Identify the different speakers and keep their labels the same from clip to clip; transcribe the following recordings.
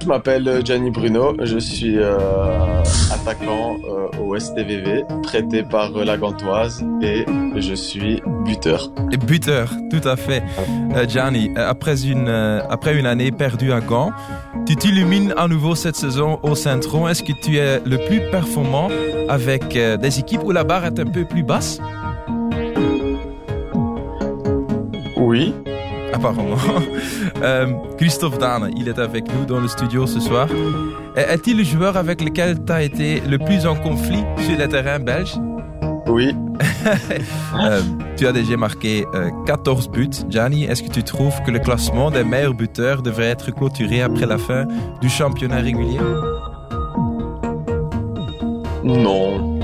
Speaker 1: Je m'appelle euh, Gianni Bruno, je suis euh, attaquant euh, au STVV, prêté par euh, la Gantoise et je suis buteur.
Speaker 2: Et buteur, tout à fait. Euh, Gianni, après une, euh, après une année perdue à Gand, tu t'illumines à nouveau cette saison au Saint-Tron. Est-ce que tu es le plus performant avec euh, des équipes où la barre est un peu plus basse
Speaker 1: Oui,
Speaker 2: apparemment. Euh, Christophe Dane, il est avec nous dans le studio ce soir. Est-il le joueur avec lequel tu as été le plus en conflit sur le terrain belge
Speaker 1: oui.
Speaker 2: euh, tu as déjà marqué euh, 14 buts. Gianni, est-ce que tu trouves que le classement des meilleurs buteurs devrait être clôturé après la fin du championnat régulier
Speaker 1: Non.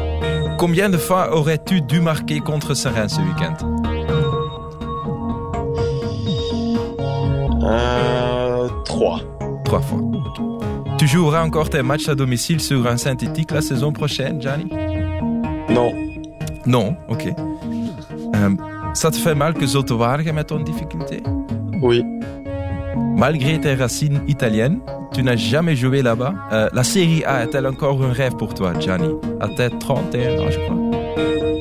Speaker 2: Combien de fois aurais-tu dû marquer contre Serein ce week-end
Speaker 1: Euh, 3.
Speaker 2: Trois fois. Tu joueras encore tes matchs à domicile sur un synthétique la saison prochaine, Gianni
Speaker 1: Non.
Speaker 2: Non, ok. Euh, ça te fait mal que Zotto waren met ton difficulté
Speaker 1: Oui.
Speaker 2: Malgré tes racines italiennes, tu n'as jamais joué là-bas. Euh, la Série A est-elle encore un rêve pour toi, Gianni À tes 31 ans, je crois.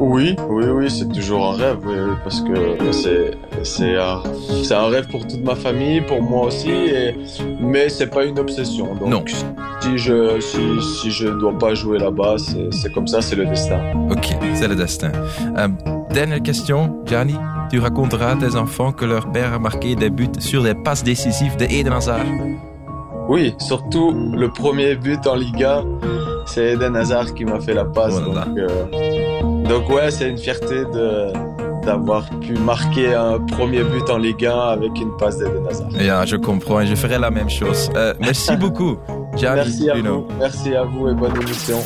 Speaker 1: Oui, oui, oui, c'est toujours un rêve oui, oui, parce que c'est c'est un, c'est un rêve pour toute ma famille, pour moi aussi, et, mais c'est pas une obsession. Donc
Speaker 2: Non.
Speaker 1: si je si, si je dois pas jouer là-bas, c'est c'est comme ça, c'est le destin.
Speaker 2: Ok, c'est le destin. Euh, dernière question, Gianni. Tu raconteras à tes enfants que leur père a marqué des buts sur les passes décisives de Eden Hazard.
Speaker 1: Oui, surtout le premier but en Liga, c'est Eden Hazard qui m'a fait la passe.
Speaker 2: Voilà.
Speaker 1: Donc, euh, donc ouais, c'est une fierté de d'avoir pu marquer un premier but en Liga avec une passe d'Eden Hazard.
Speaker 2: Yeah, je comprends et je ferai la même chose. Euh, merci beaucoup, Gianni.
Speaker 1: Merci à
Speaker 2: Bruno.
Speaker 1: vous, merci à vous et bonne émission.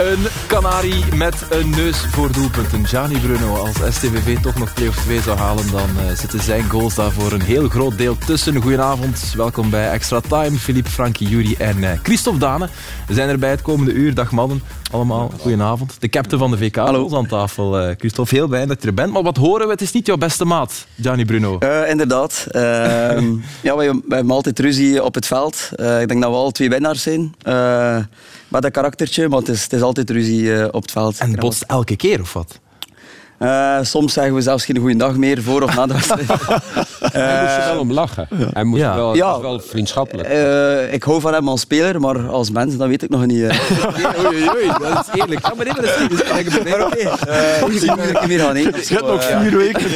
Speaker 3: Een Canarie met een neus voor doelpunten. Gianni Bruno, als STVV toch nog play-off 2 zou halen, dan eh, zitten zijn goals daarvoor een heel groot deel tussen. Goedenavond, welkom bij Extra Time. Philippe, Frankie, Jury en eh, Christophe Dane zijn er bij het komende uur. Dag mannen, allemaal goedenavond. De captain van de VK Hallo. aan tafel. eh, Christophe, heel blij dat je er bent. Maar wat horen we, het is niet jouw beste maat, Gianni Bruno.
Speaker 4: Eh, inderdaad. Ehm, ja, wij, wij hebben altijd ruzie op het veld. Eh, ik denk dat we al twee winnaars zijn. Eh, met een karaktertje, maar het is, het is altijd ruzie eh, op het veld.
Speaker 3: En botst elke keer, of wat?
Speaker 4: Eh, soms zeggen we zelfs geen goeiedag meer voor of na de wedstrijd. Eh,
Speaker 5: Hij moest er wel om lachen. Hij moest
Speaker 3: Ja.
Speaker 5: wel,
Speaker 4: Ja.
Speaker 5: Het is wel vriendschappelijk.
Speaker 4: Eh, ik hou van hem als speler, maar als mens, dat weet ik nog niet. eh.
Speaker 3: Oei, oei, dat is eerlijk. Ja, maar nee, maar dat is eerlijk. Dus ik ben blij.
Speaker 4: Maar oké, eh, ik zie niet dat ik meer gaan eten.
Speaker 3: Je hebt nog
Speaker 4: eh.
Speaker 3: vier weken.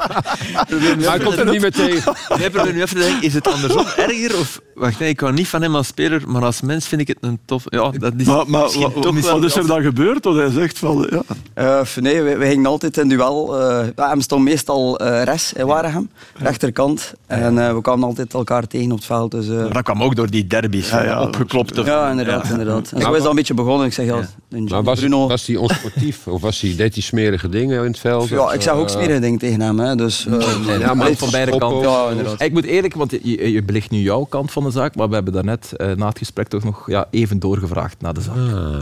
Speaker 5: Maar hij komt er niet meer tegen.
Speaker 6: Wij proberen nu even te denken, is het andersom erger? Of, wacht, nee, ik hou niet van hem als speler, maar als mens vind ik het een tof... Ja, dat is
Speaker 7: Maar, maar
Speaker 6: misschien
Speaker 7: wat,
Speaker 6: toch
Speaker 7: wat
Speaker 6: wel...
Speaker 7: is er dan gebeurd dat hij zegt van... Ja.
Speaker 4: Eh, f- nee, wij, wij gingen altijd in duel. eh ja, hem stond meestal eh res in Waregem, rechterkant. En eh, we kwamen altijd elkaar tegen op het veld. Dus, eh,
Speaker 6: Dat kwam ook door die derbies,
Speaker 7: Ja, ja.
Speaker 6: opgeklopte...
Speaker 4: Ja, inderdaad. inderdaad. En zo is dat een beetje begonnen. Ik zeg ja, een
Speaker 5: Maar was,
Speaker 4: Eh, Bruno.
Speaker 5: was hij onsportief? Of was hij, deed hij smerige dingen in het veld?
Speaker 4: ja, ik zeg ook
Speaker 5: Eh,
Speaker 4: smerige dingen tegen hem. Hè, dus, eh,
Speaker 3: Ja, maar
Speaker 4: allee,
Speaker 3: van beide kanten.
Speaker 4: Ja, inderdaad.
Speaker 3: Ik moet eerlijk, want je- je, je belicht nu jouw kant van de zaak, maar we hebben daarnet eh, na het gesprek toch nog ja, even doorgevraagd naar de zaak.
Speaker 5: Ah.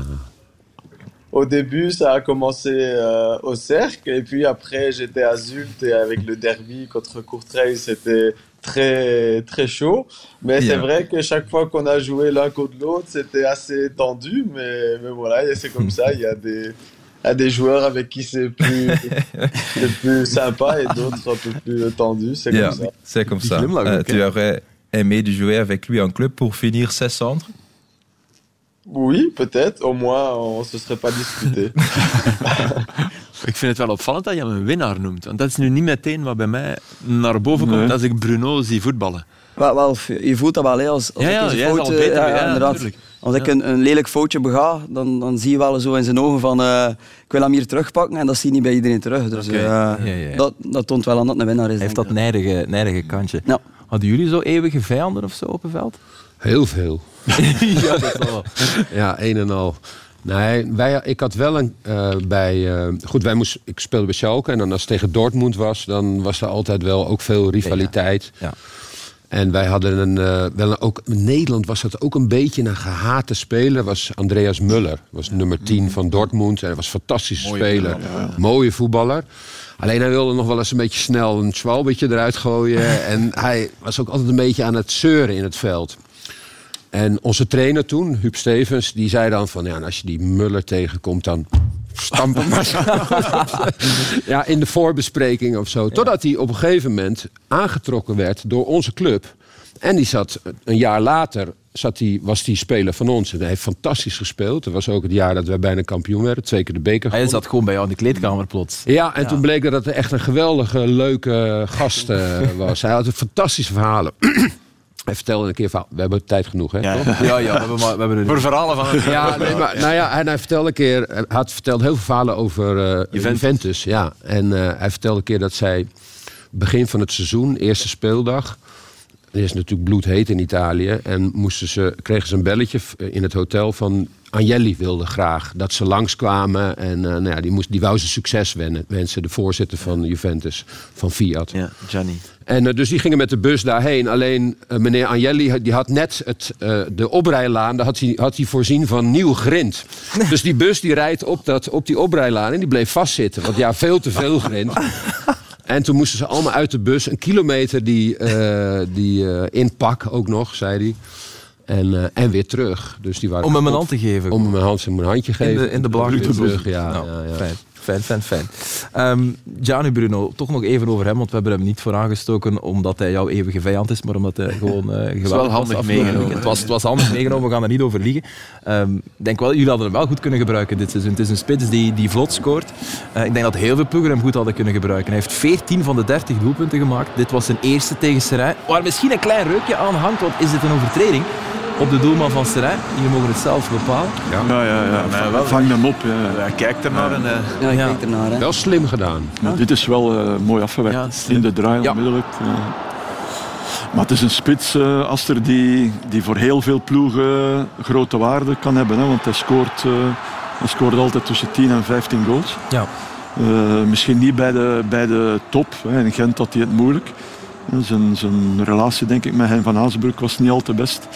Speaker 1: Au début, ça a commencé euh, au cercle, et puis après, j'étais à Zult, et avec le derby contre Courtrai, c'était très, très chaud. Mais
Speaker 2: Bien.
Speaker 1: c'est vrai que chaque fois qu'on a joué l'un contre l'autre, c'était assez tendu, mais, mais voilà, et c'est comme ça, il y a des, il y a des joueurs avec qui c'est plus, c'est plus sympa et d'autres un peu plus tendu, c'est
Speaker 2: Yeah,
Speaker 1: comme ça.
Speaker 2: c'est comme
Speaker 3: Petit
Speaker 2: ça.
Speaker 3: glimlach,
Speaker 2: Euh,
Speaker 3: ok.
Speaker 2: tu aurais aimé de jouer avec lui en club pour finir ses cendres
Speaker 1: Oui, peut-être, au moins, on se serait pas disputé.
Speaker 6: Ik vind het wel opvallend dat je hem een winnaar noemt. Want dat is nu niet meteen wat bij mij naar boven komt
Speaker 7: Nee.
Speaker 6: als ik Bruno zie voetballen.
Speaker 4: Wel, wel, je voelt dat wel. Hè, als, als
Speaker 6: Ja,
Speaker 4: ik
Speaker 6: ja,
Speaker 4: eens een
Speaker 6: jij zal
Speaker 4: fout,
Speaker 6: het
Speaker 4: eh,
Speaker 6: beter
Speaker 4: ja,
Speaker 6: doen, ja,
Speaker 4: inderdaad.
Speaker 6: natuurlijk.
Speaker 4: Als ik een, een lelijk foutje bega, dan, dan zie je wel zo in zijn ogen van eh, ik wil hem hier terugpakken. En dat zie je niet bij iedereen terug. Dus eh,
Speaker 3: ja, ja.
Speaker 4: Dat, dat toont wel aan dat het een winnaar is.
Speaker 3: Hij heeft
Speaker 4: denk
Speaker 3: dat nijdige, nijdige kantje.
Speaker 4: Ja.
Speaker 3: Want Hadden jullie zo eeuwige vijanden of zo op het veld?
Speaker 5: Heel veel.
Speaker 3: ja, dat wel.
Speaker 5: Ja, een en al. Nee, wij, ik had wel een, eh, bij... eh, goed, wij moest, ik speelde bij Schalke. En dan als het tegen Dortmund was, dan was er altijd wel ook veel rivaliteit.
Speaker 3: Ja.
Speaker 5: En wij hadden een, eh, wel een- ook... In Nederland was dat ook een beetje een gehate speler. was Andreas Muller. was nummer 10 van Dortmund. En hij was een fantastische speler. Mooie voetballer. Alleen hij wilde nog wel eens een beetje snel een schwalbetje eruit gooien. en hij was ook altijd een beetje aan het zeuren in het veld. En onze trainer toen, Huub Stevens, die zei dan van... Ja, en als je die Muller tegenkomt, dan stampen maar. ja, in de voorbespreking of zo. Totdat hij op een gegeven moment aangetrokken werd door onze club. En die zat een jaar later... Zat die, was die speler van ons. En hij heeft fantastisch gespeeld. Dat was ook het jaar dat wij bijna kampioen werden. Twee keer de beker
Speaker 3: Hij
Speaker 5: gewonnen.
Speaker 3: zat gewoon bij jou in de kleedkamer plots.
Speaker 5: Ja, en toen bleek dat het echt een geweldige, leuke gast eh, was. Hij had een fantastische verhalen. Hij vertelde een keer verhaal. We hebben tijd genoeg, hè? toch?
Speaker 3: Ja, ja, we hebben, maar, we hebben er
Speaker 6: Voor verhalen van het
Speaker 5: Ja, nee, maar, nou ja, en hij vertelde een keer, hij had verteld heel veel verhalen over eh, Juventus. ja. En eh, hij vertelde een keer dat zij begin van het seizoen, eerste speeldag, het is natuurlijk bloedheet in Italië, en moesten ze, kregen ze een belletje v- eh, in het hotel van Agnelli wilde graag dat ze langskwamen en eh, nou ja, die, moest, die wou ze succes wennen- wensen, de voorzitter van Juventus, van Fiat.
Speaker 6: Ja, Gianni.
Speaker 5: En eh, dus die gingen met de bus daarheen. Alleen eh, meneer Agnelli die had net het, eh, de oprijlaan daar had hij, had hij voorzien van nieuw grind. Dus die bus die rijdt op, dat, op die oprijlaan en die bleef vastzitten. Want ja, veel te veel grind. En toen moesten ze allemaal uit de bus. Een kilometer die, eh, die eh, inpak ook nog, zei hij. En, eh, en weer terug. Dus die waren
Speaker 3: Om hem een hand te geven.
Speaker 5: om hem een hand- een handje geven.
Speaker 3: in de, in de belangrijke
Speaker 5: Weer terug,
Speaker 3: broek.
Speaker 5: ja,
Speaker 3: Nou,
Speaker 5: ja, ja.
Speaker 3: Fijn, fijn, fijn. fijn. Ehm, Gianni Bruno, toch nog even over hem, want we hebben hem niet voor aangestoken omdat hij jouw eeuwige vijand is, maar omdat hij gewoon eh geweldig
Speaker 6: wel
Speaker 3: was
Speaker 6: handig
Speaker 3: afgelopen
Speaker 6: meegenomen,
Speaker 3: weekend. Het was, het was handig meegenomen, we gaan er niet over liegen. Ehm, Ik denk wel, jullie hadden hem wel goed kunnen gebruiken dit seizoen. Het is een spits die, die vlot scoort. Eh, ik denk dat heel veel ploegen hem goed hadden kunnen gebruiken. Hij heeft 14 van de 30 doelpunten gemaakt. Dit was zijn eerste tegen Serijn, waar misschien een klein reukje aan hangt, want is dit een overtreding? Op de doelman van Serijn, jullie mogen het zelf bepalen.
Speaker 7: Ja, ja, ja. Vang, vang hem op. Ja.
Speaker 6: Hij kijkt ernaar en... eh,
Speaker 4: Ja, ik
Speaker 3: Ja.
Speaker 4: kijk ernaar. Hè.
Speaker 5: Wel slim gedaan.
Speaker 7: Maar dit is wel eh, mooi
Speaker 6: Ja,
Speaker 7: afgewerkt.
Speaker 6: het is
Speaker 7: in de draai
Speaker 3: Ja.
Speaker 7: onmiddellijk. eh. Maar het is een spits, eh, Aster, die, die voor heel veel ploegen eh, grote waarde kan hebben. Hè, want hij scoort, eh, hij scoort altijd tussen 10 en 15 goals.
Speaker 3: Ja.
Speaker 7: Eh, misschien niet bij de, bij de top. Hè. In Gent had hij het moeilijk. Eh, Zijn, zijn relatie denk ik, met Hein van Hazenbroek was niet al te best.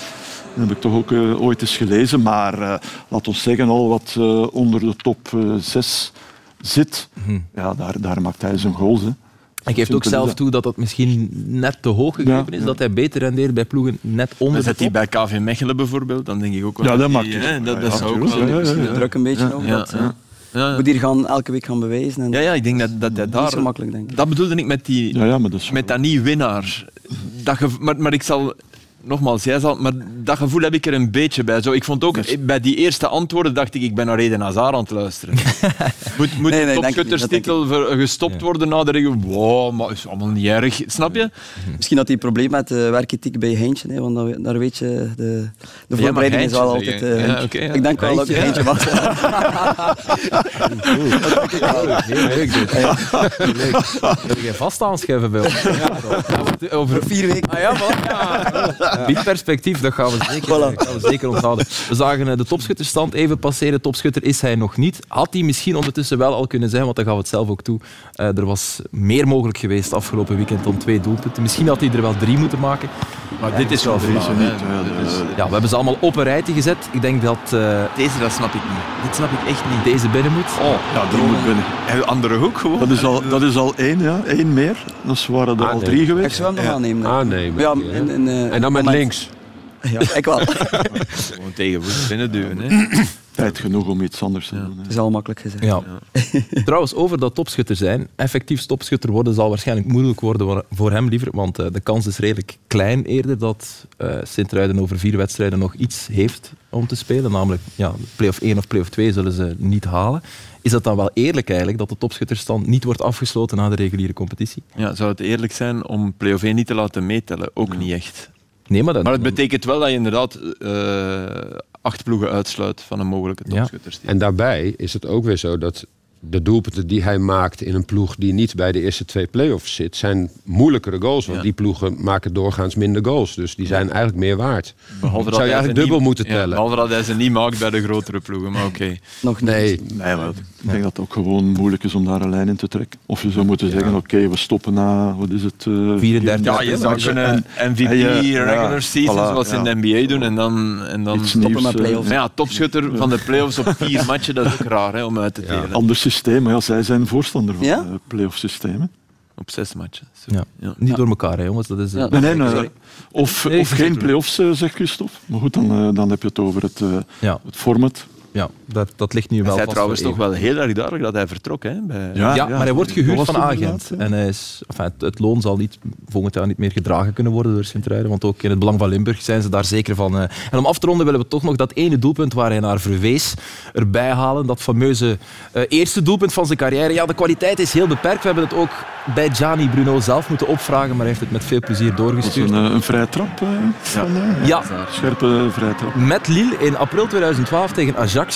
Speaker 7: Dat heb ik toch ook eh, ooit eens gelezen. Maar eh laat ons zeggen, al wat eh, onder de top 6 zit,
Speaker 5: Mhm.
Speaker 7: ja, daar, daar maakt hij zijn goals. Hè.
Speaker 3: Hij geeft ook
Speaker 7: Simpel is
Speaker 3: zelf
Speaker 7: dat.
Speaker 3: toe dat dat misschien net te hoog gegeven
Speaker 7: Ja,
Speaker 3: is.
Speaker 7: ja.
Speaker 3: Dat hij beter rendeert bij ploegen net onder
Speaker 6: Maar
Speaker 3: de
Speaker 6: zet hij
Speaker 3: top.
Speaker 6: bij KV Mechelen bijvoorbeeld, dan denk ik ook wel...
Speaker 7: Ja, dat
Speaker 6: die,
Speaker 7: maakt het.
Speaker 6: hè, Dat, dat
Speaker 7: Ja,
Speaker 6: zou ook
Speaker 7: natuurlijk.
Speaker 6: wel...
Speaker 7: Ja, ja, ja.
Speaker 4: Druk een beetje
Speaker 6: Ja,
Speaker 4: ook.
Speaker 6: ja,
Speaker 4: dat, eh,
Speaker 6: ja. Ja, ja.
Speaker 4: Moet hier gaan, elke week gaan bewijzen. En
Speaker 6: Ja, ja, ik denk dat, dat hij
Speaker 4: Dat is
Speaker 6: daar...
Speaker 4: zo makkelijk, denk ik.
Speaker 6: Dat bedoelde ik met die,
Speaker 7: Ja, ja, maar dat is...
Speaker 6: met dat niet winnaar. Dat gevo- maar, maar ik zal... Nogmaals, jij zal, maar dat gevoel heb ik er een beetje bij. Zo, ik vond ook, eh, bij die eerste antwoorden dacht ik, ik ben naar Reden Hazard aan het luisteren. moet moet
Speaker 4: Nee, nee,
Speaker 6: de
Speaker 4: denk ik niet,
Speaker 6: topschutterstitel ver- gestopt worden na de regio? Wow, maar is allemaal niet erg. Snap je?
Speaker 4: Misschien had hij een probleem met eh werkethiek bij Heintje, hè, want daar- daar weet je, de, de voorbereiding
Speaker 6: Heintje
Speaker 4: is wel
Speaker 6: zeg je.
Speaker 4: altijd... eh,
Speaker 6: Ja,
Speaker 4: Heintje.
Speaker 6: oké, ja.
Speaker 4: Ik denk wel dat ik Heintje was.
Speaker 3: Heel leuk dit. Heel leuk. Wil jij vast aanschuiven bij ons? Ja, over
Speaker 4: Vier weken.
Speaker 3: Ah ja, voilà. Ja. Die perspectief, dat gaan we zeker,
Speaker 4: Voilà.
Speaker 3: dat gaan we zeker onthouden. We zagen eh, de topschutterstand even passeren. Topschutter is hij nog niet. Had hij misschien ondertussen wel al kunnen zijn, want dan gaan we het zelf ook toe. Eh, er was meer mogelijk geweest afgelopen weekend dan twee doelpunten. Misschien had hij er wel drie moeten maken.
Speaker 6: Maar dit is wel
Speaker 7: is er
Speaker 6: verhaal,
Speaker 7: niet,
Speaker 6: hè.
Speaker 7: ja,
Speaker 6: Dit is-
Speaker 7: de-
Speaker 3: Ja, we hebben ze allemaal op een rijtje gezet. Ik denk dat eh,
Speaker 6: Deze, dat snap ik niet. Dit snap ik echt niet.
Speaker 3: deze binnen moet.
Speaker 6: Oh,
Speaker 7: Ja, die moet binnen.
Speaker 6: en de andere hoek gewoon.
Speaker 7: Dat is al, dat is al één, ja. één meer. Dat waren er
Speaker 5: Ah,
Speaker 7: al
Speaker 5: nee.
Speaker 7: drie
Speaker 4: Ik
Speaker 7: geweest.
Speaker 4: zou hem nog aannemen. hè.
Speaker 5: Aannemen.
Speaker 4: Ja, en, en, eh,
Speaker 5: Ah, en dan met
Speaker 4: moment.
Speaker 5: links.
Speaker 4: Ja, ik wel. Het
Speaker 6: Gewoon tegenvoet binnenduwen. Hè.
Speaker 7: Tijd genoeg om iets anders te doen. hè.
Speaker 4: is al makkelijk gezegd.
Speaker 3: Ja. Trouwens, over dat topschutter zijn. Effectief topschutter worden zal waarschijnlijk moeilijk worden wa- voor hem liever, want eh, de kans is redelijk klein eerder dat eh Sint-Truiden over vier wedstrijden nog iets heeft om te spelen. Namelijk, ja, play-off 1 of play-off 2 zullen ze niet halen. Is dat dan wel eerlijk eigenlijk, dat de topschutterstand niet wordt afgesloten na de reguliere competitie?
Speaker 6: Ja, zou het eerlijk zijn om play-off 1 niet te laten meetellen? Ook niet echt.
Speaker 3: Nee, maar dat...
Speaker 6: Maar het betekent wel dat je inderdaad eh, acht ploegen uitsluit van een mogelijke
Speaker 3: Ja.
Speaker 6: topschutters.
Speaker 5: En daarbij is het ook weer zo dat de doelpunten die hij maakt in een ploeg die niet bij de eerste twee play-offs zit, zijn moeilijkere goals. Want
Speaker 6: Ja.
Speaker 5: die ploegen maken doorgaans minder goals. Dus die zijn eigenlijk meer waard.
Speaker 6: Behalve
Speaker 5: zou je
Speaker 6: dat hij ze
Speaker 5: eigenlijk dubbel
Speaker 6: niet-
Speaker 5: moeten
Speaker 6: ja,
Speaker 5: tellen.
Speaker 6: behalve dat hij ze niet maakt bij de grotere ploegen, maar oké.
Speaker 4: Nog niet.
Speaker 5: nee,
Speaker 7: Nee, maar ik denk dat het ook gewoon moeilijk is om daar een lijn in te trekken. Of je zou moeten zeggen, oké, we stoppen na, wat is het? eh,
Speaker 2: 34.
Speaker 6: Ja, je zou kunnen MVP,
Speaker 7: en je-
Speaker 6: regular
Speaker 7: ja,
Speaker 6: season,
Speaker 7: voilà,
Speaker 6: zoals ze
Speaker 7: ja.
Speaker 6: in de NBA doen. En dan, en dan
Speaker 7: Iets nieuws,
Speaker 4: met
Speaker 7: eh,
Speaker 4: play-offs.
Speaker 6: Maar ja, topschutter van de playoffs op vier matchen, dat is ook raar hè, om uit te delen.
Speaker 7: Ander systeem, maar ja, zij zijn voorstander van
Speaker 4: Ja?
Speaker 7: eh play-off systemen.
Speaker 6: Op zes matchen. Zo.
Speaker 2: Ja. Niet door elkaar, hè, jongens. Dat is, eh,
Speaker 4: Ja.
Speaker 7: Nee, nee, nee.
Speaker 4: Sorry.
Speaker 7: Of,
Speaker 2: Nee,
Speaker 7: of
Speaker 2: ik zeg
Speaker 7: geen
Speaker 2: het
Speaker 7: play-offs, eh, zegt Christophe. Maar goed, dan, eh, dan heb je het over het, eh,
Speaker 2: Ja.
Speaker 7: het format.
Speaker 2: Ja, dat, dat ligt nu
Speaker 6: Hij
Speaker 2: wel
Speaker 6: zei
Speaker 2: vast
Speaker 6: trouwens
Speaker 2: voor
Speaker 6: toch wel heel erg duidelijk dat hij vertrok. Hè, bij...
Speaker 2: Ja, maar hij wordt gehuurd
Speaker 7: Dat
Speaker 2: van
Speaker 7: was het
Speaker 2: agent.
Speaker 7: inderdaad,
Speaker 2: En hij is, enfin, het, het loon zal niet, volgend jaar niet meer gedragen kunnen worden door Sint-Truiden. Want ook in het Belang van Limburg zijn ze daar zeker van. eh. En om af te ronden willen we toch nog dat ene doelpunt waar hij naar verwees erbij halen. Dat fameuze eh, eerste doelpunt van zijn carrière. Ja, de kwaliteit is heel beperkt. We hebben het ook bij Gianni Bruno zelf moeten opvragen. Maar hij heeft het met veel plezier
Speaker 7: Dat is
Speaker 2: doorgestuurd.
Speaker 7: een, eh, een vrije trap. eh, van, eh,
Speaker 2: Ja,
Speaker 7: Scherpe vrije trap.
Speaker 2: met Lille in april 2012 tegen Ajaccio.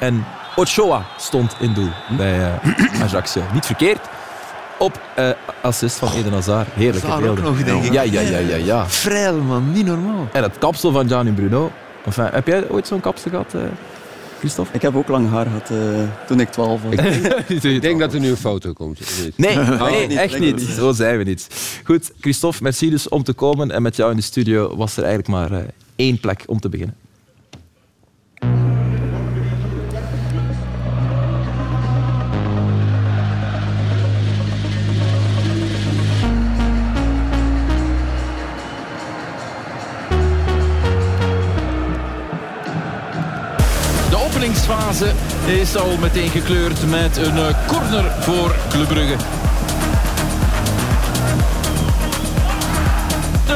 Speaker 2: En Ochoa stond in doel bij eh, Ajaccio. Niet verkeerd. Op eh, assist van Eden Hazard. Heerlijke
Speaker 6: Hazard ook
Speaker 2: beelden.
Speaker 6: nog, denk ik.
Speaker 2: Ja, ja, ja, ja, ja.
Speaker 6: Vrij, man, niet normaal.
Speaker 2: En het kapsel van Gianni Bruno. Enfin, heb jij ooit zo'n kapsel gehad, eh, Christophe?
Speaker 4: Ik heb ook lang haar gehad eh, toen ik 12 was.
Speaker 5: ik denk dat er nu een foto komt. of niet?
Speaker 2: Nee, nee
Speaker 4: niet,
Speaker 2: echt
Speaker 4: lekker
Speaker 2: niet.
Speaker 4: niet.
Speaker 2: Zo zijn we niet. Goed, Christophe, merci dus om te komen. En met jou in de studio was er eigenlijk maar eh, één plek om te beginnen.
Speaker 3: De openingsfase is al meteen gekleurd met een eh, corner voor Club Brugge.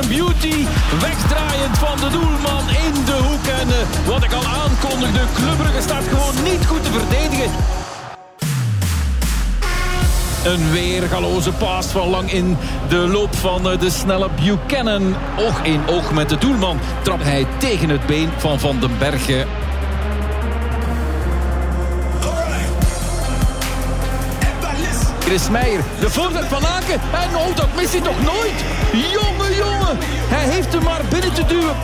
Speaker 3: Een beauty, wegdraaiend van de doelman in de hoek. En eh, wat ik al aankondigde, Club Brugge staat gewoon niet goed te verdedigen. Een weergaloze paas van lang in de loop van eh, de snelle Buchanan. Oog in oog met de doelman trapt hij tegen het been van Van den Bergen Chris Meijer, de voorzet van Aken. En oh, dat mist hij toch nooit? Jongen, jongen, hij heeft hem maar binnen te duwen.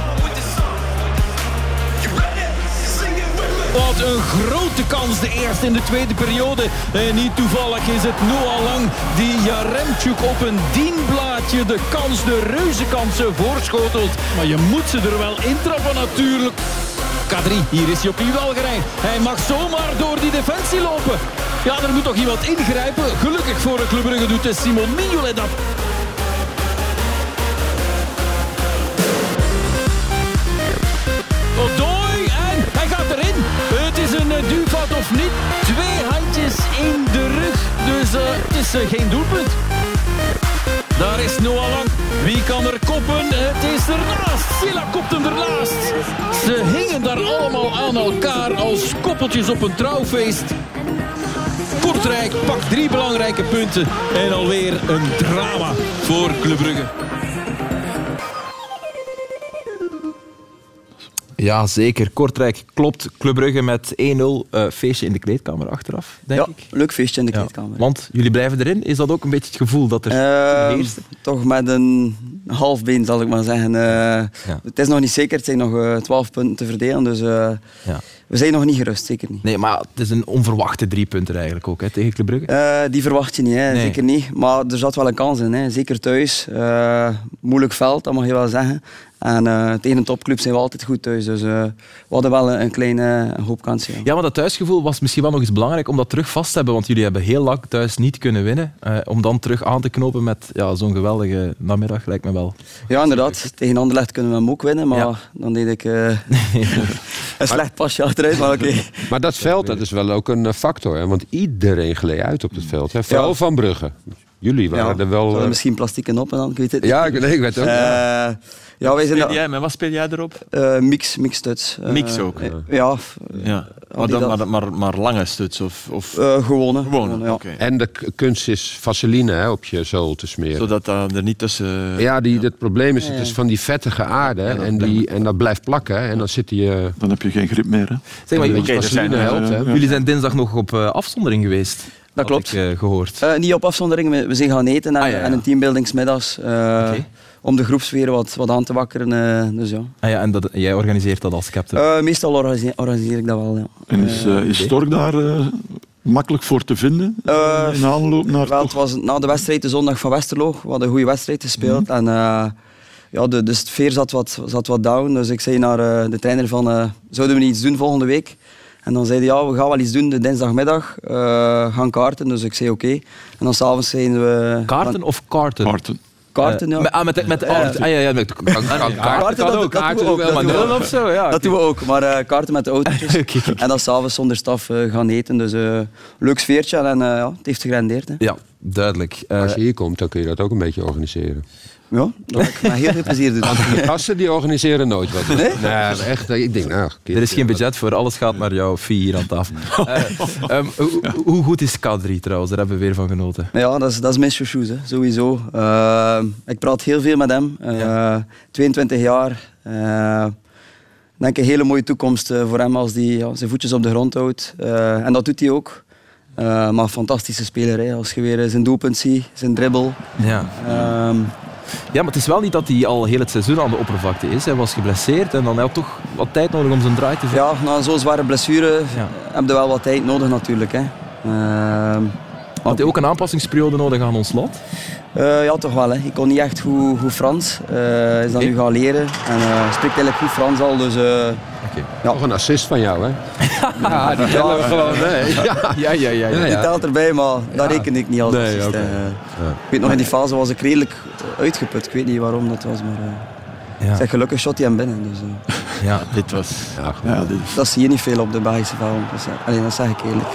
Speaker 3: Wat een grote kans, de eerste in de tweede periode. En niet toevallig is het Noah Lang die Jaremtjuk op een dienblaadje de kans, de reuzenkansen voorschotelt. Maar je moet ze er wel intrappen natuurlijk. Kadri, hier is hij opnieuw welgerein. Hij mag zomaar door die defensie lopen. Ja, er moet toch iemand ingrijpen. Gelukkig voor de Club Brugge doet de Simon Mignolet dat. Odoi en Oh, hij gaat erin. Het is een eh, duwvat of niet. Twee handjes in de rug. Dus eh, het is eh, geen doelpunt. Daar is Noah Lang. Wie kan er koppen? Het is ernaast. Silla kopt hem ernaast. Ze hingen daar allemaal aan elkaar als koppeltjes op een trouwfeest. Kortrijk pakt drie belangrijke punten. En alweer een drama voor Club Brugge.
Speaker 2: Ja, zeker. Kortrijk klopt. Club Brugge met 1-0. eh, feestje in de kleedkamer achteraf, denk
Speaker 4: ja,
Speaker 2: ik.
Speaker 4: leuk feestje in de
Speaker 2: Ja,
Speaker 4: kleedkamer.
Speaker 2: Want jullie blijven erin. Is dat ook een beetje het gevoel dat er
Speaker 4: Ehm,
Speaker 2: heerst?
Speaker 4: toch met een half been, zal ik maar zeggen. Eh, Het is nog niet zeker, het zijn nog eh, 12 punten te verdelen. Dus eh,
Speaker 2: Ja.
Speaker 4: we zijn nog niet gerust, zeker niet.
Speaker 2: Nee, maar het is een onverwachte driepunter eigenlijk ook hè, tegen Club Brugge.
Speaker 4: Eh, die verwacht je niet, hè.
Speaker 2: Nee.
Speaker 4: zeker niet. Maar er zat wel een kans in, hè. zeker thuis. Eh, moeilijk veld, dat mag je wel zeggen. En eh, tegen een topclub zijn we altijd goed thuis. Dus eh, we hadden wel een, een kleine eh, hoop kansen. ja.
Speaker 2: Ja, maar dat thuisgevoel was misschien wel nog eens belangrijk om dat terug vast te hebben. Want jullie hebben heel lang thuis niet kunnen winnen. Eh, om dan terug aan te knopen met ja, zo'n geweldige namiddag, lijkt me wel.
Speaker 4: Ja, inderdaad. Tegen Anderlecht kunnen we hem ook winnen, maar
Speaker 2: Ja.
Speaker 4: dan deed ik eh, een slecht pasje achteruit. Maar oké.
Speaker 5: Maar
Speaker 6: Mm.
Speaker 5: dat veld dat is wel ook een eh, factor. Hè? Want iedereen gleed uit op het veld. Hè? Vooral
Speaker 4: Ja.
Speaker 5: Van Brugge. Jullie waren
Speaker 4: ja,
Speaker 5: er wel...
Speaker 4: zullen we
Speaker 5: eh,
Speaker 4: misschien plastieke noppen dan? Ik weet het niet.
Speaker 5: ja, ik, nee, ik weet het ook.
Speaker 4: Eh, ja, wij zijn
Speaker 6: Speel
Speaker 4: dat-
Speaker 6: jij, maar wat speel jij erop?
Speaker 4: eh, mix, mix studs. Eh,
Speaker 6: Mix ook?
Speaker 4: eh, ja, f-
Speaker 6: Ja. Maar,
Speaker 4: Adidas.
Speaker 6: dan, maar, maar, maar lange studs of... of
Speaker 4: eh, gewone.
Speaker 6: gewoon,
Speaker 4: ja.
Speaker 6: oké.
Speaker 5: En de k- kunst is vaseline hè, op je zool te smeren.
Speaker 6: Zodat dat er niet tussen...
Speaker 5: ja, die, het probleem is, het
Speaker 4: Ja, ja.
Speaker 5: is van die vettige aarde hè, en, die, en dat blijft plakken. hè, En dan zit die... eh,
Speaker 7: Dan heb je geen grip meer. Hè.
Speaker 3: Zeg maar,
Speaker 5: een
Speaker 3: jullie-
Speaker 5: beetje
Speaker 6: er zijn
Speaker 5: vaseline
Speaker 7: er,
Speaker 5: helpt.
Speaker 7: eh,
Speaker 5: hè.
Speaker 7: ja.
Speaker 3: jullie zijn dinsdag nog op eh, afzondering geweest.
Speaker 4: Dat
Speaker 3: had
Speaker 4: klopt.
Speaker 3: Ik, eh, gehoord.
Speaker 4: Eh, niet op afzondering, we, we zijn gaan eten en,
Speaker 3: Ah, ja, ja.
Speaker 4: en een teambuildingsmiddags. eh, Om de groepsfeer wat, wat aan te wakkeren. eh, dus ja.
Speaker 3: Ah ja, en dat, jij organiseert dat als captain.
Speaker 4: Eh, meestal organiseer, organiseer ik dat wel. Ja.
Speaker 7: En is, eh, is Stork daar eh, makkelijk voor te vinden?
Speaker 4: Eh,
Speaker 7: in aanloop naar
Speaker 4: Wel,
Speaker 7: toch-
Speaker 4: het was na de wedstrijd de zondag van Westerlo. We hadden een goede wedstrijd gespeeld. En eh, ja, de, de sfeer zat wat, zat wat down. Dus ik zei naar eh, de trainer van, eh, zouden we niet iets doen volgende week? En dan zei hij, ja, we gaan wel iets doen de dinsdagmiddag. eh, gaan kaarten. Dus ik zei, oké. En dan s'avonds zijn we...
Speaker 3: Kaarten
Speaker 4: gaan-
Speaker 3: of karten?
Speaker 7: Maarten.
Speaker 4: Kaarten, Eh, ja.
Speaker 3: Eh, met- ah, met, met de aard. Ah, ja, ja, met, kan, kan, kaarten, kan ook.
Speaker 4: kaarten, dat- dat doen we
Speaker 3: Kaarten
Speaker 4: ook,
Speaker 3: wel,
Speaker 4: dat
Speaker 3: maar
Speaker 4: doen we
Speaker 3: nullen
Speaker 4: ook.
Speaker 3: of zo. oh, Ja,
Speaker 4: Dat doen we ook, maar eh, kaarten met de autootjes.
Speaker 3: Oké, oké.
Speaker 4: En dan s'avonds zonder staf eh, gaan eten. Dus eh, leuk sfeertje en eh, ja, het heeft gerendeerd. Hè.
Speaker 3: Ja, duidelijk. Eh,
Speaker 5: Als je hier komt, dan kun je dat ook een beetje organiseren.
Speaker 4: Ja, dat heb ik met heel veel plezier doen.
Speaker 5: De gasten die organiseren nooit wat. Nee? maar echt. eh, Ik denk, nou,
Speaker 3: er is geen budget voor, alles gaat naar jouw fee hier aan tafel. Eh, ehm, hoe, hoe goed is K3 trouwens? Daar hebben we weer van genoten.
Speaker 4: Ja, dat is, dat is mijn chouchouz, hè, sowieso. Eh, ik praat heel veel met hem. Eh, 22 jaar. Eh, ik denk een hele mooie toekomst eh, voor hem als hij ja, zijn voetjes op de grond houdt. Eh, en dat doet hij ook. Eh, maar fantastische speler, hè. als je weer eh, zijn doelpunt ziet, zijn dribbel.
Speaker 3: Ja.
Speaker 4: Ehm,
Speaker 3: ja, maar het is wel niet dat hij al heel het seizoen aan de oppervlakte is. Hij was geblesseerd en dan had hij toch wat tijd nodig om zijn draai te vinden.
Speaker 4: ja, na zo'n zware blessure
Speaker 3: Ja.
Speaker 4: heb je wel wat tijd nodig natuurlijk. Hè. Ehm,
Speaker 3: Had hij ook een aanpassingsperiode nodig aan ons land?
Speaker 4: Eh, ja, toch wel. Hè. Ik kon niet echt goed, goed Frans. Eh is dat
Speaker 3: Oké.
Speaker 4: nu gaan leren. En eh, spreekt eigenlijk goed Frans al, dus... eh,
Speaker 5: Nog een assist van jou, hè? ja, die tellen we gewoon. Nee. Ja.
Speaker 3: Ja, ja, ja.
Speaker 5: Ja,
Speaker 4: Die
Speaker 5: ja.
Speaker 4: telt erbij, maar daar reken ik niet als
Speaker 5: Nee,
Speaker 4: assist,
Speaker 5: oké.
Speaker 4: eh. Ik weet nog, in die fase was ik redelijk uitgeput. Ik weet niet waarom dat was, maar... eh
Speaker 3: Ja.
Speaker 4: Zeg, gelukkig shot hij hem binnen. Dus, eh,
Speaker 3: ja.
Speaker 6: Dit was...
Speaker 5: Ja, goed.
Speaker 7: Ja, dit is-
Speaker 4: dat zie je niet veel op de Belgische velden. Dus, eh, alleen dat zeg ik eerlijk.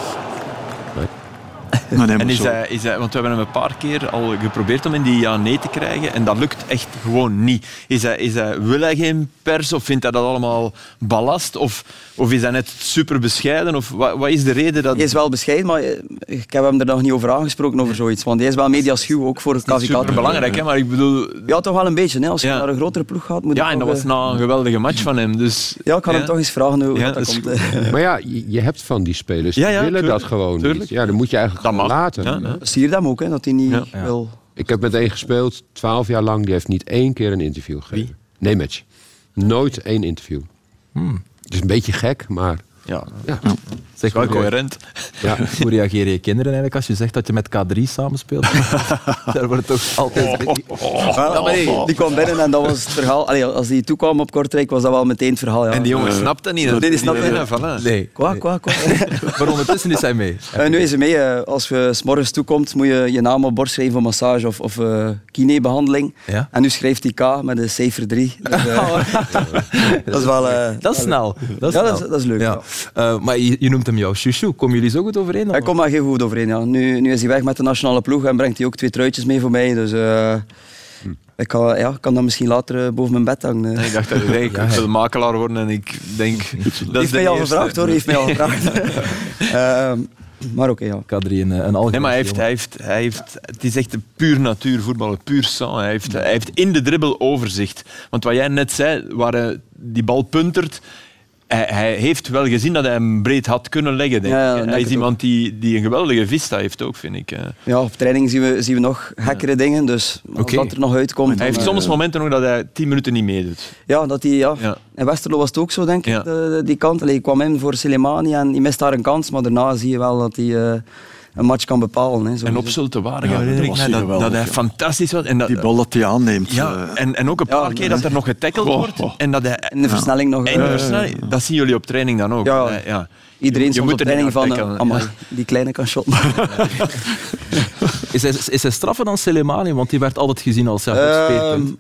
Speaker 7: Maar nee, maar
Speaker 6: En is
Speaker 7: zo.
Speaker 6: hij, is hij, want we hebben hem een paar keer al geprobeerd om in die ja nee te krijgen en dat lukt echt gewoon niet. Is hij, is hij, wil hij geen pers of vindt hij dat allemaal ballast? Of, of is hij net super bescheiden? Of wat, wat is de reden dat...
Speaker 4: Hij is wel bescheiden, maar eh, ik heb hem er nog niet over aangesproken over zoiets. Want hij is wel mediaschuw, ook voor het
Speaker 6: super
Speaker 4: KVK.
Speaker 6: belangrijk, hè? maar ik bedoel...
Speaker 4: Ja, toch wel een beetje. Hè. Als je
Speaker 6: Ja.
Speaker 4: naar een grotere ploeg gaat, moet je
Speaker 6: Ja, en
Speaker 4: toch,
Speaker 6: dat was
Speaker 4: eh,
Speaker 6: na een geweldige match van hem. Dus,
Speaker 4: Ja, ik ga hem
Speaker 6: Ja.
Speaker 4: toch eens vragen hoe
Speaker 6: Ja,
Speaker 4: dat,
Speaker 6: dat is
Speaker 4: komt.
Speaker 6: goed.
Speaker 4: eh.
Speaker 5: Maar ja, je, je hebt van die spelers, die
Speaker 6: Ja, ja,
Speaker 5: willen
Speaker 6: tuurlijk,
Speaker 5: dat gewoon
Speaker 6: tuurlijk.
Speaker 5: niet. Ja, dan moet je eigenlijk
Speaker 6: dat
Speaker 5: gewoon
Speaker 6: mag.
Speaker 5: laten.
Speaker 6: Ja, ja.
Speaker 4: Zie je hem ook, hè, dat hij niet
Speaker 6: Ja.
Speaker 3: Ja.
Speaker 4: wil.
Speaker 5: Ik heb met één gespeeld, twaalf jaar lang. Die heeft niet één keer een interview gegeven. Nee, match. Nooit één interview. Het is een beetje gek, maar
Speaker 6: Ja,
Speaker 5: ja.
Speaker 3: Zeg,
Speaker 6: wel
Speaker 3: hoe,
Speaker 6: coherent.
Speaker 5: ja.
Speaker 3: hoe reageren je kinderen eigenlijk als je zegt dat je met K3 samenspeelt? Daar wordt toch altijd...
Speaker 4: Ja, maar nee, die kwam binnen en dat was het verhaal. Allee, als die toekwam op Kortrijk, was dat wel meteen het verhaal. Ja.
Speaker 6: En die jongen snapt dat niet.
Speaker 4: Nee, die snapt dat niet.
Speaker 6: Voilà.
Speaker 3: Nee.
Speaker 4: Kwa, kwa, kwa.
Speaker 3: Maar ondertussen is hij mee.
Speaker 4: Eh, nu is ze mee. eh, als je s'morgens toekomt, moet je je naam op borst schrijven voor massage of, of eh, kinebehandeling.
Speaker 3: Ja.
Speaker 4: En nu schrijft hij K met een cijfer 3. Dus, eh, dat is wel... eh,
Speaker 3: Oh. Dat is snel. Dat is,
Speaker 4: Ja, dat is-
Speaker 3: snel.
Speaker 4: dat is leuk, ja.
Speaker 3: Eh, maar je, je noemt hem jouw chouchou. Komen jullie zo goed overeen? dan?
Speaker 4: Hij komt daar heel goed overeen. Ja. Nu, nu is hij weg met de nationale ploeg en brengt hij ook twee truitjes mee voor mij. Dus eh, ik ga, ja, ik kan dat misschien later eh, boven mijn bed hangen. eh.
Speaker 6: Ik dacht, dat ik
Speaker 3: Ja, ja.
Speaker 6: wil makelaar worden en ik denk... Dat is
Speaker 4: heeft
Speaker 6: de
Speaker 4: mij al
Speaker 6: eerste.
Speaker 4: gevraagd hoor, heeft mij al gevraagd. Ehm, maar oké, ja.
Speaker 3: K3 een, eh, een algemeen
Speaker 6: Nee, maar hij heeft,
Speaker 3: jongen.
Speaker 6: hij heeft, hij heeft, het is echt een puur natuurvoetballer, puur sang. Hij heeft, hij heeft in de dribbel overzicht. Want wat jij net zei, waar hij die bal puntert, hij, hij heeft wel gezien dat hij hem breed had kunnen leggen. Denk ik.
Speaker 4: Ja, ja, denk
Speaker 6: hij is
Speaker 4: het
Speaker 6: iemand die, die een geweldige vista heeft ook, vind ik. eh. hè.
Speaker 4: ja. Op training zien we, zien we nog gekkere dingen, dus als
Speaker 3: Oké.
Speaker 4: dat er nog uitkomt...
Speaker 6: Hij
Speaker 4: dan,
Speaker 6: heeft
Speaker 4: eh,
Speaker 6: soms momenten nog dat hij tien minuten niet meedoet.
Speaker 4: Ja, dat die, ja.
Speaker 6: Ja.
Speaker 4: in Westerlo was het ook zo, denk ik,
Speaker 6: Ja.
Speaker 4: de- die kant. Allee, ik kwam in voor Soleimani en die mist daar een kans, maar daarna zie je wel dat hij eh, een match kan bepalen. Hè,
Speaker 6: En
Speaker 4: sowieso.
Speaker 6: op zulte waren
Speaker 7: Ja,
Speaker 6: herinner
Speaker 7: dat
Speaker 6: ik
Speaker 7: was
Speaker 6: mij
Speaker 7: hij
Speaker 6: dat, dat,
Speaker 7: geweldig,
Speaker 6: hij
Speaker 7: ja.
Speaker 6: fantastisch was. En dat,
Speaker 7: Die bal dat hij aanneemt.
Speaker 6: ja,
Speaker 7: eh,
Speaker 6: en, en ook een
Speaker 4: Ja,
Speaker 6: paar keer dat er nog getackled
Speaker 7: Goh,
Speaker 6: wordt.
Speaker 7: goh.
Speaker 6: En dat hij
Speaker 4: In de versnelling nog.
Speaker 6: En
Speaker 4: eh,
Speaker 6: versnelling, dat zien jullie op training dan ook.
Speaker 4: Ja.
Speaker 6: Eh, ja.
Speaker 4: Iedereen
Speaker 6: Je
Speaker 4: stond
Speaker 6: moet
Speaker 4: op
Speaker 6: er niet
Speaker 4: training
Speaker 6: aan
Speaker 4: van,
Speaker 6: denken.
Speaker 4: eh, amai, die kleine kan shot maken.
Speaker 3: Is hij, is hij straffer dan Selemani? Want die werd altijd gezien als zijn
Speaker 4: Ehm,
Speaker 3: speerpunt.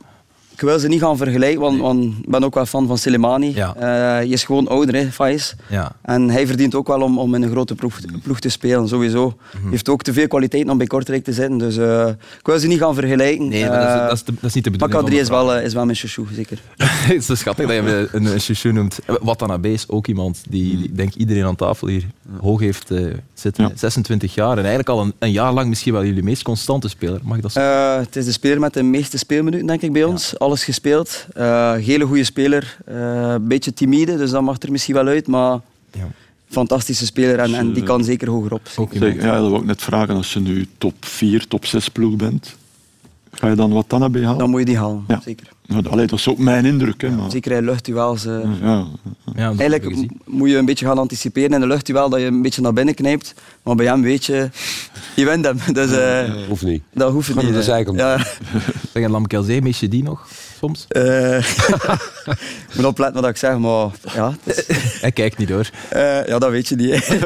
Speaker 4: ik wil ze niet gaan vergelijken, want, want ik ben ook wel fan van Soleimani.
Speaker 3: Ja.
Speaker 4: Eh, je is gewoon ouder, hè, Faiz.
Speaker 3: Ja.
Speaker 4: En hij verdient ook wel om, om in een grote ploeg, ploeg te spelen, sowieso.
Speaker 3: Mhm.
Speaker 4: Hij heeft ook te veel kwaliteit om bij Kortrijk te zitten, dus eh, ik wil ze niet gaan vergelijken.
Speaker 3: Nee, maar dat is,
Speaker 4: Eh,
Speaker 3: dat is, de- dat is niet de
Speaker 4: maar
Speaker 3: bedoeling. Dus-
Speaker 4: Kadri
Speaker 3: van
Speaker 4: is
Speaker 3: de vraag.
Speaker 4: wel, eh, is wel mijn chouchou, zeker.
Speaker 3: Het is zo schattig dat je me een, een chouchou noemt. Eh, Watanabe is ook iemand die, die, denk iedereen aan tafel hier hoog heeft eh, zitten.
Speaker 7: Ja.
Speaker 3: 26 jaar en eigenlijk al een, een jaar lang misschien wel jullie meest constante speler. Mag ik dat zeggen?
Speaker 4: Eh, het is de speler met de meeste speelminuten, denk ik, bij ons. Alles gespeeld. Eh hele goede speler. Eh, Een beetje timide, dus dat mag er misschien wel uit. Maar
Speaker 3: Ja.
Speaker 4: fantastische speler en, en die kan zeker hoger op.
Speaker 3: Ook
Speaker 7: Zeg, ja, dat wil ik net vragen. Als je nu top 4, top 6 ploeg bent, ga je dan Watanabe halen?
Speaker 4: Dan moet je die halen,
Speaker 7: Ja.
Speaker 4: zeker.
Speaker 7: Nou, dat- Allee, dat is ook mijn indruk. Hè, maar,
Speaker 4: Zeker in luchtduels. eh
Speaker 3: Mhm. Ja,
Speaker 7: ja.
Speaker 3: dat heb ik
Speaker 4: Eigenlijk
Speaker 3: gezien.
Speaker 4: m- moet je een beetje gaan anticiperen in de luchtduel, dat je een beetje naar binnen knijpt. Maar bij hem weet je, je wint hem. Dus eh,
Speaker 5: Of niet?
Speaker 4: dat hoeft
Speaker 5: Gewoon
Speaker 4: niet.
Speaker 5: op de
Speaker 4: hè.
Speaker 5: zijkant.
Speaker 4: Ja.
Speaker 3: Zeg, en Lamkelzee, mis je die nog soms?
Speaker 4: eh, ik moet opletten wat ik zeg, maar ja, het is-
Speaker 3: Hij kijkt niet door.
Speaker 4: Eh, ja, dat weet je niet. hè.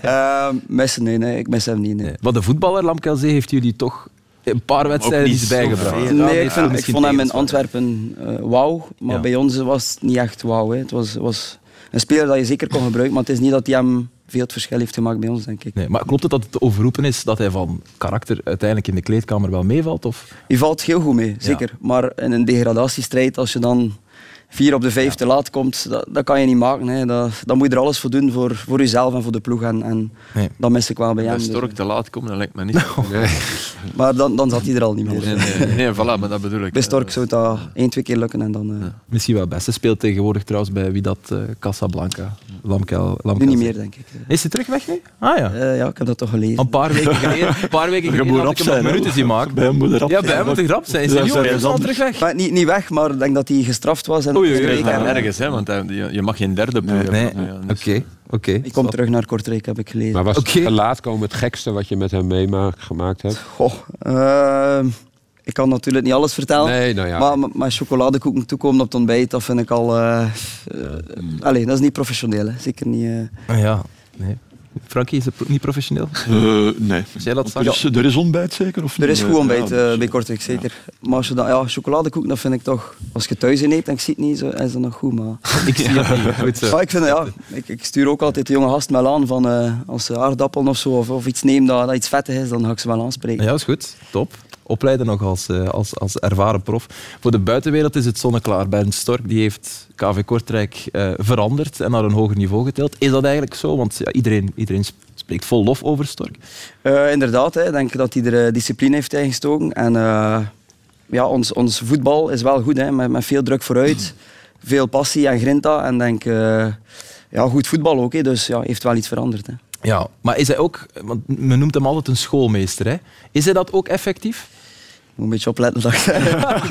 Speaker 4: Eh, missen, nee, nee, ik mis hem niet. Nee,
Speaker 3: Nee. Maar de voetballer Lamkelzee heeft jullie toch een paar wedstrijden
Speaker 6: niet
Speaker 3: iets bijgebracht.
Speaker 6: zoveel. Ja,
Speaker 4: Nee, ik,
Speaker 6: dit gaat
Speaker 4: vind, ik
Speaker 3: misschien
Speaker 4: vond hem in
Speaker 3: tegenvallen.
Speaker 4: Antwerpen eh, wauw, maar
Speaker 3: Ja.
Speaker 4: bij ons was het niet echt wauw. hè. Het was, was een speler dat je zeker kon gebruiken, maar het is niet dat hij hem veel het verschil heeft gemaakt bij ons, denk ik.
Speaker 3: Nee, maar klopt het dat het te overroepen is dat hij van karakter uiteindelijk in de kleedkamer wel meevalt? Of?
Speaker 4: Je valt heel goed mee, zeker. Maar in een degradatiestrijd, als je dan vier op de vijf te laat komt, dat, dat kan je niet maken. Hè. Dat, dan moet je er alles voor doen, voor, voor jezelf en voor de ploeg. En, en
Speaker 3: Nee.
Speaker 4: dat mis ik wel bij hem.
Speaker 6: Als
Speaker 4: dus.
Speaker 6: Stork te laat komt, dan lijkt me niet.
Speaker 4: maar dan, dan zat hij er al niet meer.
Speaker 6: Nee, nee, nee, voilà, maar dat bedoel ik.
Speaker 4: Bij Stork zou dat één, twee keer lukken en dan... eh,
Speaker 3: Misschien wel best. Hij speelt tegenwoordig trouwens bij wie dat? eh, Casablanca. Lamkel,
Speaker 4: nu
Speaker 3: Lamkelzee.
Speaker 4: niet meer, denk ik.
Speaker 3: Is hij terug weg nu? Ah ja.
Speaker 4: Eh, ja, ik heb dat toch gelezen.
Speaker 3: Een paar weken geleden, een paar weken
Speaker 7: Je
Speaker 3: geleden
Speaker 7: moet
Speaker 3: had
Speaker 7: rap
Speaker 3: ik hem nog
Speaker 7: zijn. hè.
Speaker 3: minuten zien maken.
Speaker 7: Bij hem moet er rap
Speaker 3: Ja, bij hem moet hij rap zijn. Is hij
Speaker 7: Ja,
Speaker 3: jong?
Speaker 7: dat
Speaker 3: Hij
Speaker 7: is
Speaker 3: is al
Speaker 7: anders.
Speaker 3: terug weg.
Speaker 4: Maar niet, niet weg, maar ik denk dat hij gestraft was. En
Speaker 3: Oei, oei,
Speaker 6: Je
Speaker 3: oei.
Speaker 6: krijgt hem ergens, hè, want hij- je je mag geen derde ploeg hebben.
Speaker 3: Nee,
Speaker 6: Ja,
Speaker 3: oké.
Speaker 6: dus-
Speaker 3: oké.
Speaker 4: Ik kom terug naar Kortrijk, heb ik gelezen.
Speaker 5: Maar was het
Speaker 3: Oké.
Speaker 5: te laat komen het gekste wat je met hem meegemaakt hebt?
Speaker 4: Goh, ehm, ik kan natuurlijk niet alles vertellen.
Speaker 5: Nee, nou ja.
Speaker 4: Maar, maar, maar chocoladekoeken toekomen op het ontbijt, dat vind ik al... eh, eh, allee, dat is niet professioneel, hè. zeker niet... eh.
Speaker 3: Ah, ja, nee. Frankie, is het pro- niet professioneel?
Speaker 7: Eh, nee.
Speaker 3: Als jij dat zag?
Speaker 7: Er is, er is ontbijt zeker? Of
Speaker 4: Er is
Speaker 7: niet?
Speaker 4: goed ontbijt
Speaker 7: Ja,
Speaker 4: eh,
Speaker 7: dus,
Speaker 4: bij Kortrijk, zeker. Maar als je dan, ja, chocoladekoeken, dat vind ik toch... Als je thuis in eet en ik zie het niet, zo, is dat nog goed, maar...
Speaker 3: Ik zie dat niet. Goed zo.
Speaker 4: Maar ik, vind, ja, ik, ik stuur ook altijd de jonge gast wel aan van eh, als ze aardappelen of zo, of, of iets neemt dat, dat iets vettig is, dan ga ik ze wel aanspreken.
Speaker 3: Ja, is goed. Top. Opleiden nog als, eh, als, als ervaren prof. Voor de buitenwereld is het zonneklaar. Bernd Stork die heeft KV Kortrijk eh, veranderd en naar een hoger niveau getild. Is dat eigenlijk zo? Want ja, iedereen, iedereen sp- spreekt vol lof over Stork.
Speaker 4: Eh, inderdaad, hè. ik denk dat hij er eh, discipline heeft ingestoken. En eh, ja, ons, ons voetbal is wel goed, hè, met, met veel druk vooruit, veel passie en grinta. En denk, eh, ja, goed voetbal ook, hè, dus ja, heeft wel iets veranderd. Hè.
Speaker 3: Ja, maar is hij ook, want men noemt hem altijd een schoolmeester, hè? Is hij dat ook effectief?
Speaker 4: Moet een beetje opletten. Dat ik, zeg.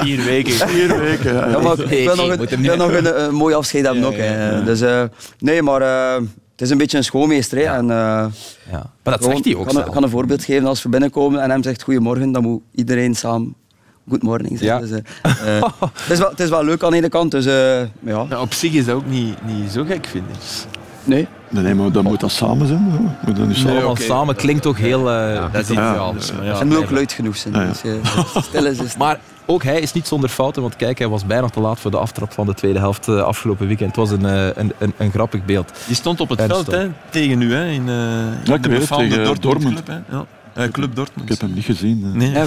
Speaker 6: Vier weken.
Speaker 7: Vier weken. ja.
Speaker 4: ja, maar ik
Speaker 3: Nee,
Speaker 4: wil
Speaker 3: nee,
Speaker 4: nog een,
Speaker 3: moet hem
Speaker 4: ik wil
Speaker 3: niet-
Speaker 4: nog een, eh, een mooi afscheid hebben ook. Hè. Dus, eh, nee, maar eh, het is een beetje een schoolmeester. Hè, en, eh,
Speaker 3: Ja. Maar dat
Speaker 4: gewoon-
Speaker 3: zegt hij ook
Speaker 4: ik kan, een- ik
Speaker 3: zelf.
Speaker 4: kan een voorbeeld geven als we binnenkomen en hem zegt goedemorgen, dan moet iedereen samen goedemorgen
Speaker 5: Ja.
Speaker 4: zeggen. Dus, eh, eh, het, is wel, het is wel leuk aan de ene kant, dus eh, ja.
Speaker 6: Nou, op zich is dat ook niet, niet zo gek, vind ik.
Speaker 4: Nee.
Speaker 3: Ah,
Speaker 7: Nee, nee, maar dan moet dat samen zijn. hè. Moet dat nu samen.
Speaker 3: Allemaal
Speaker 6: oké.
Speaker 3: samen klinkt toch heel... eh,
Speaker 6: Dat is iets
Speaker 7: Ja.
Speaker 6: anders. maar ja.
Speaker 4: en moet ook luid genoeg zijn.
Speaker 7: Ja, ja.
Speaker 4: Dus, eh, stil is, is
Speaker 3: Ah, Maar ook hij is niet zonder fouten, want kijk, hij was bijna te laat voor de aftrap van de tweede helft eh, afgelopen weekend. Het was een, eh, een, een, een grappig beeld.
Speaker 6: Die stond op het
Speaker 3: Ja, dat
Speaker 6: veld
Speaker 3: stond.
Speaker 6: hè, tegen u hè, in, eh
Speaker 7: Ja,
Speaker 6: in
Speaker 7: ik
Speaker 6: de
Speaker 7: weet het,
Speaker 6: befaamde
Speaker 7: tegen
Speaker 6: Dortmund,
Speaker 7: Dortmund.
Speaker 6: Club. Hè? Ja. Eh, Club Dortmund.
Speaker 7: Ik heb hem niet gezien. eh. hè.
Speaker 6: Nee.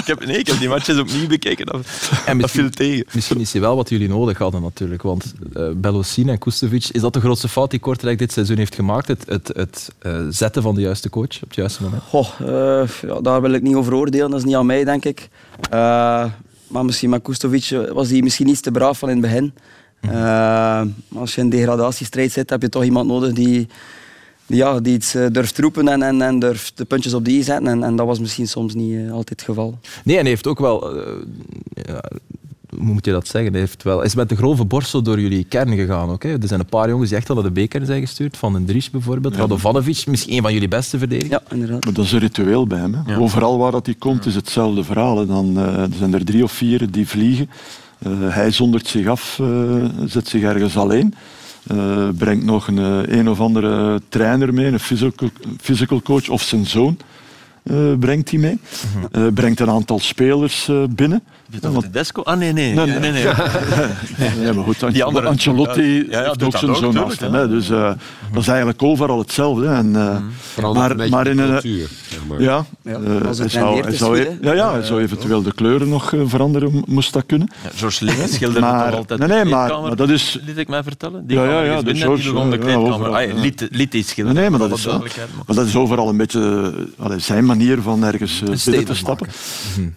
Speaker 6: ik heb, nee, ik heb die matches opnieuw bekeken. Dat,
Speaker 3: En
Speaker 6: dat viel
Speaker 3: misschien,
Speaker 6: tegen.
Speaker 3: misschien is hij wel wat jullie nodig hadden natuurlijk, want eh Belosin en Kustevic, is dat de grootste fout die Kortrijk dit seizoen heeft gemaakt? Het, het, het eh, zetten van de juiste coach op het juiste moment?
Speaker 4: Goh, eh, ja, daar wil ik niet over oordelen, dat is niet aan mij, denk ik. Eh, maar misschien met Kustovic eh, was hij misschien iets te braaf van in het begin.
Speaker 7: Mhm.
Speaker 4: Eh, maar als je in een degradatiestrijd zit, heb je toch iemand nodig die, die, ja, die iets eh, durft roepen en, en, en durft de puntjes op de i zetten. En, en dat was misschien soms niet eh, altijd het geval.
Speaker 3: Nee, en hij heeft ook wel... eh, ja, hoe moet je dat zeggen? Hij heeft wel, hij is met de grove borstel door jullie kern gegaan. Oké, Er zijn een paar jongens die echt al naar de B-kern zijn gestuurd. Van den Dries bijvoorbeeld. Radovanovic, misschien een van jullie beste verdedigers.
Speaker 4: Ja, inderdaad.
Speaker 7: Maar dat is een ritueel bij hem. Hè. Overal waar dat hij komt is hetzelfde verhaal. hè. Dan eh, er zijn er drie of vier die vliegen. Eh, hij zondert zich af, eh, zet zich ergens alleen. Eh, brengt nog een, eh, een of andere trainer mee, een physical, physical coach of zijn zoon. eh, brengt hij mee.
Speaker 6: Mhm.
Speaker 7: Eh, brengt een aantal spelers eh, binnen. Ja, want-
Speaker 6: de Desco? Ah, nee, nee.
Speaker 7: Nee,
Speaker 6: nee, nee, nee.
Speaker 7: Nee, maar goed,
Speaker 6: Die andere-
Speaker 7: Ancelotti
Speaker 6: Ja, ja,
Speaker 7: heeft
Speaker 6: doet
Speaker 7: ook
Speaker 6: dat
Speaker 7: zijn
Speaker 6: ook,
Speaker 7: zoon
Speaker 6: tuurlijk, Mhm.
Speaker 7: naast
Speaker 6: hè.
Speaker 7: hem. hè. Dus eh, dat is eigenlijk overal hetzelfde. hè. En, eh,
Speaker 6: Mhm.
Speaker 5: Verandert
Speaker 7: Maar-
Speaker 5: een beetje
Speaker 7: maar
Speaker 5: de
Speaker 7: in een-
Speaker 5: cultuur. zeg maar.
Speaker 7: Ja,
Speaker 4: Ja,
Speaker 7: eh,
Speaker 4: als het
Speaker 7: hij
Speaker 4: dan
Speaker 7: zou,
Speaker 4: weer
Speaker 7: hij
Speaker 4: is
Speaker 7: zou, e-
Speaker 4: goed, hè?
Speaker 7: ja, ja, hij zou eventueel de kleuren nog eh, veranderen, moest dat kunnen.
Speaker 6: Ja, George Linger schilderde
Speaker 7: Maar-
Speaker 6: toch altijd
Speaker 7: nee, nee,
Speaker 6: de
Speaker 7: maar-
Speaker 6: kleedkamer,
Speaker 7: maar dat is-
Speaker 6: liet ik mij vertellen. Die
Speaker 7: Ja,
Speaker 6: kwam
Speaker 7: ja,
Speaker 6: ergens
Speaker 7: ja, de
Speaker 6: binnen en die
Speaker 7: George-
Speaker 6: begon de
Speaker 7: ja,
Speaker 6: kleedkamer.
Speaker 7: overal,
Speaker 6: Ah, ja,
Speaker 7: ja.
Speaker 6: liet, liet iets
Speaker 7: Nee,
Speaker 6: schilderen.
Speaker 7: nee, maar
Speaker 6: voor
Speaker 7: dat is,
Speaker 6: alle
Speaker 7: wel-
Speaker 6: duidelijkheid,
Speaker 7: maar
Speaker 6: maar-
Speaker 7: dat is overal een beetje eh, allee, zijn manier van ergens eh, binnen te
Speaker 3: statement
Speaker 7: stappen.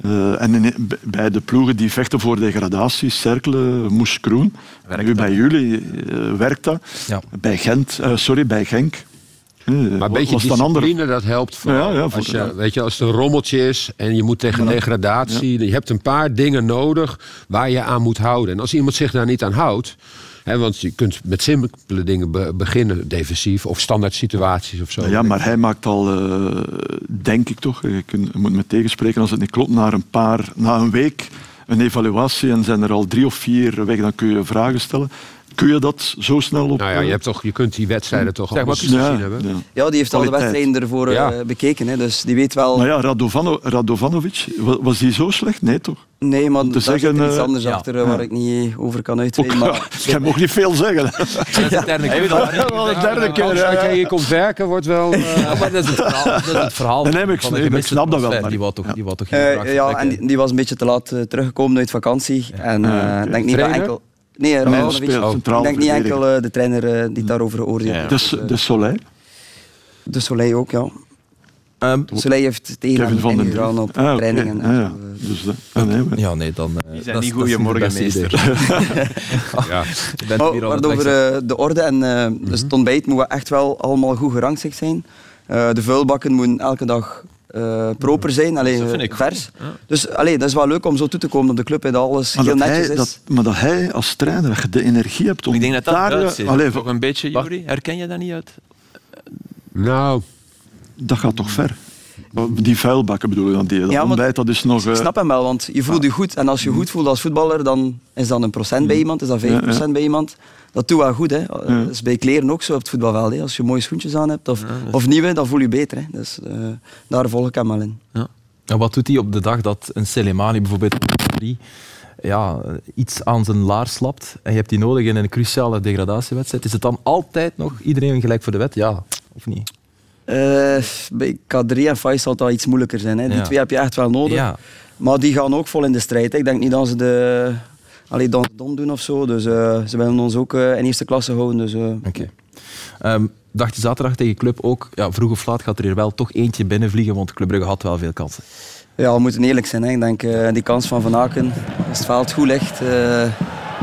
Speaker 7: Eh, en in- b- bij de ploegen die vechten voor degradatie, Cerkelen, Moes Kroen,
Speaker 6: Werkt
Speaker 7: nu
Speaker 6: dat?
Speaker 7: bij jullie eh, werkt dat.
Speaker 2: Ja.
Speaker 7: Bij Gent, eh, sorry, bij Genk. Eh,
Speaker 5: Maar een
Speaker 7: was
Speaker 5: beetje
Speaker 7: het een ander-
Speaker 5: discipline, dat helpt. vooral.
Speaker 7: Ja, ja, voor-
Speaker 5: als, je,
Speaker 7: ja.
Speaker 5: Weet je, als het een rommeltje is en je moet tegen degradatie... Je hebt een paar dingen nodig waar je aan moet houden. En als iemand zich daar niet aan houdt... Hè, want je kunt met simpele dingen be- beginnen, defensief... of standaard situaties of zo.
Speaker 7: Ja, maar hij maakt al, eh, denk ik toch, eh, je kunt- je moet me tegenspreken als het niet klopt, na een, paar, na een week een evaluatie en zijn er al drie of vier weg, dan kun je vragen stellen. Kun je dat zo snel op... Eh,
Speaker 5: Nou ja, je, hebt toch, je kunt die wedstrijden toch
Speaker 2: Zeg,
Speaker 5: al
Speaker 2: wat
Speaker 5: gezien
Speaker 7: Ja,
Speaker 5: hebben.
Speaker 7: ja.
Speaker 4: Ja, die heeft al de
Speaker 7: Kwaliteit.
Speaker 4: wedstrijden ervoor eh,
Speaker 5: Ja.
Speaker 4: bekeken, hè, dus die weet wel...
Speaker 7: Maar ja, Radovano, Radovanovic, wa- was die zo slecht? Nee, toch?
Speaker 4: Nee, maar daar
Speaker 7: zeggen,
Speaker 4: zit er iets
Speaker 7: eh,
Speaker 4: anders
Speaker 3: ja.
Speaker 4: achter eh, waar ik niet over kan
Speaker 7: Ook,
Speaker 4: uitweiden. Maar
Speaker 7: jij mag niet veel zeggen.
Speaker 3: Dat is de derde keer.
Speaker 7: Wel de derde keer,
Speaker 5: Nou, Als
Speaker 7: eh, ja, ja.
Speaker 5: jij hier komt werken, wordt wel... eh,
Speaker 3: Ja, maar dat is het verhaal, dat is het verhaal
Speaker 7: Nee, nee, maar ik
Speaker 3: van de
Speaker 7: snap- ik
Speaker 3: gemiste
Speaker 7: snap dat wel,
Speaker 3: transfer.
Speaker 7: maar-
Speaker 3: Die wou toch, die wou toch geen vraag
Speaker 4: eh, ja, en
Speaker 3: vertrekken.
Speaker 4: die, die was een beetje te laat eh, teruggekomen uit vakantie. En eh,
Speaker 7: Ah, oké.
Speaker 4: denk niet dat
Speaker 5: Trainer?
Speaker 4: enkel... Nee, eh,
Speaker 7: Nee,
Speaker 4: Radovanovic.
Speaker 7: speelt
Speaker 4: Ik
Speaker 7: centraal
Speaker 4: denk niet
Speaker 7: verdediger.
Speaker 4: enkel eh, de trainer eh, die daarover oordeelt.
Speaker 6: Ja.
Speaker 7: Dus de Soleil.
Speaker 4: Dus Soleil ook, ja.
Speaker 2: Ehm,
Speaker 4: Soleil heeft tegen
Speaker 7: Kevin
Speaker 4: hem
Speaker 7: van den Drie.
Speaker 4: ingegaan op
Speaker 7: Ah, oké.
Speaker 4: trainingen. en
Speaker 7: Ah,
Speaker 4: zo,
Speaker 7: ja.
Speaker 4: eh.
Speaker 7: Dus, dat- ah, nee, maar-
Speaker 2: ja, nee, dan... eh,
Speaker 6: Die
Speaker 2: dat
Speaker 6: zijn
Speaker 2: is-
Speaker 6: niet
Speaker 2: dat
Speaker 6: goed.
Speaker 2: is niet het
Speaker 6: Goedemorgen,
Speaker 2: beste idee.
Speaker 6: meester.
Speaker 5: ja.
Speaker 3: Je bent
Speaker 4: Maar
Speaker 3: hier
Speaker 4: waar
Speaker 3: al aan het
Speaker 4: het Oh, over
Speaker 3: extra-
Speaker 4: eh, de orde en eh,
Speaker 7: Mhm.
Speaker 4: dus het ontbijt moet wel echt wel allemaal goed gerangschikt zijn. Eh, de vuilbakken moeten elke dag eh, proper zijn,
Speaker 6: Dat
Speaker 4: alleen
Speaker 6: vind
Speaker 4: eh,
Speaker 6: ik
Speaker 4: vers. Dus allee, dat is wel leuk om zo toe te komen op de club, hè, dat alles
Speaker 7: Maar
Speaker 4: heel
Speaker 7: dat,
Speaker 4: netjes
Speaker 7: hij,
Speaker 4: is.
Speaker 7: dat, maar dat hij als trainer dat je de energie hebt om
Speaker 6: Ik denk dat dat
Speaker 7: daar...
Speaker 6: Duits is.
Speaker 7: Allee,
Speaker 6: toch een beetje, Juri? Herken je dat niet uit?
Speaker 5: Nou,
Speaker 7: dat gaat toch ver? Die vuilbakken bedoel je dan? Die, dat
Speaker 4: Ja, maar-
Speaker 7: ontbijt, dat is nog... eh,
Speaker 4: Ik snap hem wel, want je voelt je goed. En als je
Speaker 3: Mhm.
Speaker 4: goed voelt als voetballer, dan is dat een procent bij iemand, is dat 5%
Speaker 7: Ja,
Speaker 4: bij iemand. Dat doet wel goed. Hè. Eh, Dat is bij kleren ook zo op het voetbalveld. Hè. Als je mooie schoentjes aan hebt of, of nieuwe, dan voel je je beter. Hè. Dus eh, daar volg ik hem wel in. eh,
Speaker 3: En wat doet hij op de dag dat een Selemani bijvoorbeeld drie, ja, iets aan zijn laar slapt en je hebt die nodig in een cruciale degradatiewedstrijd? Is het dan altijd nog iedereen gelijk voor de wet? Ja, of niet?
Speaker 4: Eh, bij K3 en Fais zal dat iets moeilijker zijn. Hè. Die
Speaker 3: Ja.
Speaker 4: twee heb je echt wel nodig.
Speaker 3: Ja.
Speaker 4: Maar die gaan ook vol in de strijd. hè. Ik denk niet dat ze de... Allee, dan dom doen of zo. Dus eh, ze willen ons ook eh, in eerste klasse houden. Dus, eh,
Speaker 3: Oké. Ehm, dacht je zaterdag tegen Club ook, ja, vroeg of laat gaat er hier wel toch eentje binnenvliegen, want Club Brugge had wel veel kansen.
Speaker 4: Ja, we moeten eerlijk zijn. Hè. Ik denk eh, die kans van Van Aken, als het veld goed ligt, eh,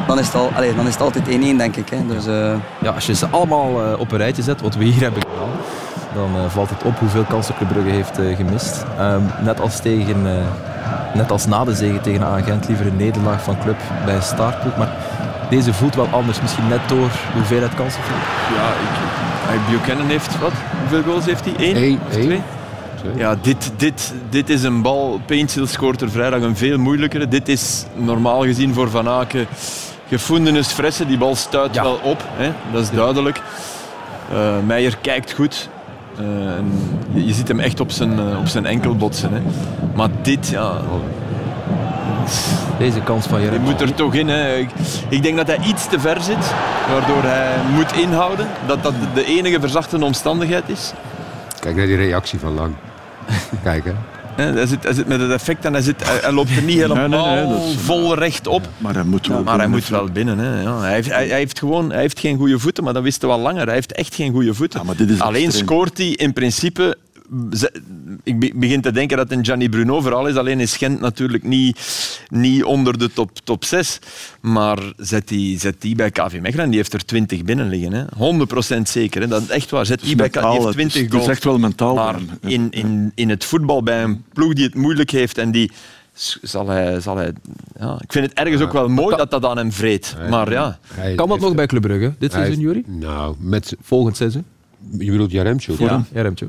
Speaker 4: dan, is het al, allee, dan is het altijd 1-1, denk ik. Hè. Dus, eh,
Speaker 3: Ja, als je ze allemaal eh, op een rijtje zet, wat we hier hebben gedaan, dan eh, valt het op hoeveel kansen Club Brugge heeft eh, gemist. Ehm, net, als tegen, eh, net als na de zege tegen Agent, liever een nederlaag van Club bij een staartploeg. Maar deze voelt wel anders, misschien net door de hoeveelheid kansen.
Speaker 6: Ja, ik, Buchanan heeft wat? Hoeveel goals heeft hij? Eén?
Speaker 5: één,
Speaker 6: Of
Speaker 5: één.
Speaker 6: twee? Ja, dit, dit, dit is een bal. Paintsil scoort er vrijdag een veel moeilijkere. Dit is normaal gezien voor Van Aken gefundenis fressen. Die bal stuit
Speaker 3: Ja.
Speaker 6: wel op, hè? dat is duidelijk. Eh, Meijer kijkt goed. Eh, en je, je ziet hem echt op zijn, eh, op zijn enkel botsen. Hè? Maar dit, ja,
Speaker 3: Deze kans van
Speaker 6: die
Speaker 3: Jerem.
Speaker 6: moet er toch in. Hè? Ik, ik denk dat hij iets te ver zit, waardoor hij moet inhouden. Dat dat de enige verzachtende omstandigheid is.
Speaker 5: Kijk naar die reactie van Lang. Kijk, hè.
Speaker 6: Hè, Hij zit, hij zit met het effect en hij, zit, hij, hij loopt er niet helemaal
Speaker 7: nee, dat is-
Speaker 6: vol recht op.
Speaker 7: Maar hij moet, wel
Speaker 6: Maar hij
Speaker 7: binnen-
Speaker 6: moet wel binnen. Hè. Ja, hij, heeft, hij, hij heeft gewoon, hij heeft geen goede voeten, maar dat wisten we al langer. Hij heeft echt geen goede voeten.
Speaker 7: Ja, maar dit is
Speaker 6: Alleen
Speaker 7: extreem.
Speaker 6: scoort hij in principe... ze- Ik be- begin te denken dat het een Gianni Bruno verhaal is. Alleen is Gent natuurlijk niet, niet onder de top, top 6. Maar zet die, zet die bij KV Mechelen, die heeft er 20 binnen liggen. Hè. 100% zeker. Hè. Dat is echt waar. Zet
Speaker 7: Het is
Speaker 6: die bij KV, die
Speaker 7: mentaal,
Speaker 6: heeft
Speaker 7: het is-
Speaker 6: 20
Speaker 7: dus Het is
Speaker 6: goals.
Speaker 7: echt wel mentaal.
Speaker 6: Maar
Speaker 7: Ja.
Speaker 6: in, in, in het voetbal bij een ploeg die het moeilijk heeft en die s- zal hij, zal hij ja, ik vind het ergens ook wel mooi dat dat aan hem vreet. Maar ja,
Speaker 5: Hij
Speaker 3: Kan dat
Speaker 5: heeft-
Speaker 3: nog bij Club Brugge, dit
Speaker 5: hij
Speaker 3: seizoen,
Speaker 5: heeft-
Speaker 3: Jury?
Speaker 5: Nou, met...
Speaker 3: Volgend seizoen?
Speaker 5: Je bedoelt Jaremchuk?
Speaker 3: Ja, Jeremtje.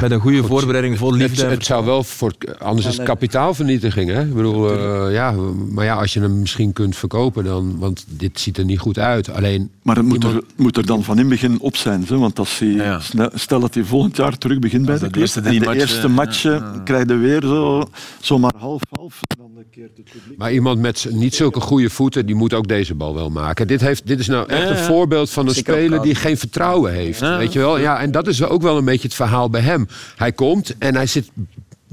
Speaker 2: Met een goede voorbereiding, vol
Speaker 5: Het,
Speaker 2: liefde. en
Speaker 5: het zou wel voor, anders is het kapitaalvernietiging. Hè? Ik bedoel, eh, ja, maar ja, als je hem misschien kunt verkopen dan, want dit ziet er niet goed uit. Alleen,
Speaker 7: Maar het moet, er,
Speaker 5: Iemand-
Speaker 7: moet er dan van in het begin op zijn. Hè? Want als hij,
Speaker 6: Ja.
Speaker 7: sne- stel dat hij volgend jaar terug begint bij
Speaker 6: de
Speaker 7: de club.
Speaker 6: eerste
Speaker 7: en
Speaker 6: drie
Speaker 7: de
Speaker 6: matchen,
Speaker 7: eerste
Speaker 6: ja,
Speaker 7: matchen krijg je weer zo, zomaar half-half. Dan keert het publiek.
Speaker 5: maar iemand met z- niet zulke goede voeten, die moet ook deze bal wel maken. Dit, heeft, dit is nou echt een voorbeeld van een
Speaker 4: Zeker
Speaker 5: speler die
Speaker 4: opgehaald.
Speaker 5: geen vertrouwen heeft. Weet je wel? Ja, en dat is wel ook wel een beetje het verhaal bij hem. Hij komt en hij zit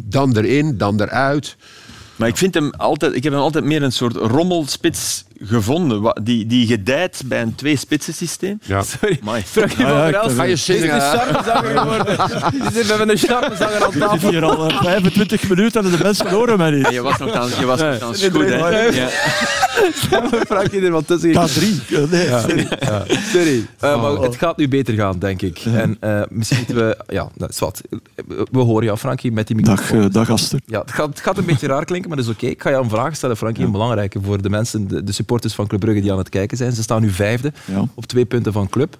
Speaker 5: dan erin, dan eruit.
Speaker 6: Maar ik, vind hem altijd, ik heb hem altijd meer een soort rommelspits gevonden, wa- die, die gedijt bij een Ah, twee-spitsen systeem.
Speaker 5: Ja.
Speaker 6: Sorry, vraag je wel vooruit.
Speaker 5: Ga je
Speaker 6: Is het
Speaker 5: zingen?
Speaker 6: een charmezanger geworden? We hebben een charmezanger aan
Speaker 7: Ik
Speaker 6: tafel.
Speaker 7: zit hier al eh, 25 minuten en de mensen horen mij niet.
Speaker 6: Je was nog aan, je was nog aan het goed, hè? Ja.
Speaker 3: Frank je er wat tussen.
Speaker 7: K3. eh, Nee.
Speaker 3: Sorry. Eh, maar
Speaker 2: Oh.
Speaker 3: het gaat nu beter gaan, denk ik. En eh, misschien moeten we... Ja, dat is wat. We horen jou, Frankie, met die
Speaker 7: Dag,
Speaker 3: microfoon.
Speaker 7: eh, dag Aster.
Speaker 3: Ja, het gaat, het gaat een beetje raar klinken, maar dat is oké. Ik ga jou een vraag stellen, Frankie, een belangrijke voor de mensen, de, de supporters van Club Brugge die aan het kijken zijn. Ze staan nu vijfde,
Speaker 7: Ja.
Speaker 3: op twee punten van club.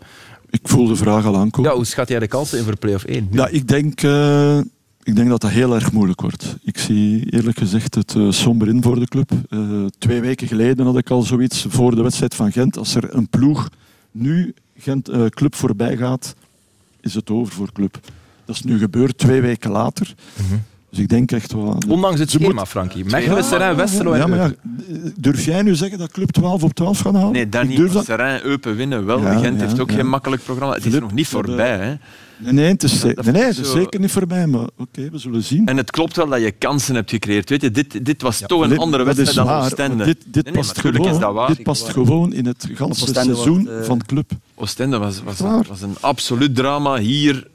Speaker 7: Ik voel de vraag al aankomen.
Speaker 3: Ja,
Speaker 7: Ja,
Speaker 3: hoe schat jij de kansen in voor play-off 1?
Speaker 7: ik, denk, eh, ik denk dat dat heel erg moeilijk wordt. Ik zie eerlijk gezegd het eh, somber in voor de club. Eh, twee weken geleden had ik al zoiets voor de wedstrijd van Gent. Als er een ploeg nu Gent eh, club voorbij gaat, is het over voor club. Dat is nu gebeurd twee weken later. Dus ik denk echt wel... aan-
Speaker 3: Ondanks het
Speaker 7: Ze
Speaker 3: schema,
Speaker 7: moet-
Speaker 3: Frankie. Mechelen, Serijn, Westerlo en
Speaker 7: Ja, maar ja, durf jij nu zeggen dat club 12 op 12 gaat halen?
Speaker 6: Nee, dat
Speaker 7: Ik
Speaker 6: niet.
Speaker 7: durf
Speaker 6: maar Serijn, Eupen winnen wel.
Speaker 7: Ja,
Speaker 6: Gent
Speaker 7: ja,
Speaker 6: heeft ook
Speaker 7: ja.
Speaker 6: geen makkelijk programma. Het is
Speaker 7: Filip,
Speaker 6: nog niet
Speaker 7: dat, eh,
Speaker 6: voorbij. Hè.
Speaker 7: Nee, nee, het is, ze-
Speaker 6: dat
Speaker 7: nee, nee,
Speaker 6: is
Speaker 7: het is
Speaker 6: zo-
Speaker 7: zeker niet voorbij, maar oké, we zullen zien.
Speaker 6: En het klopt wel dat je kansen hebt gecreëerd. Weet je, dit, dit was toch een
Speaker 7: Filip,
Speaker 6: andere
Speaker 7: dat is
Speaker 6: wedstrijd dan
Speaker 7: waar,
Speaker 6: Oostende.
Speaker 7: want Dit, dit
Speaker 6: Nee, nee,
Speaker 7: past,
Speaker 6: maar tuurlijk
Speaker 7: gewoon,
Speaker 6: is dat waar.
Speaker 7: dit past gewoon in het ganse
Speaker 4: Oostende wordt,
Speaker 7: seizoen
Speaker 4: eh,
Speaker 7: van club.
Speaker 6: Oostende was, was,
Speaker 7: Waar.
Speaker 6: was een absoluut drama hier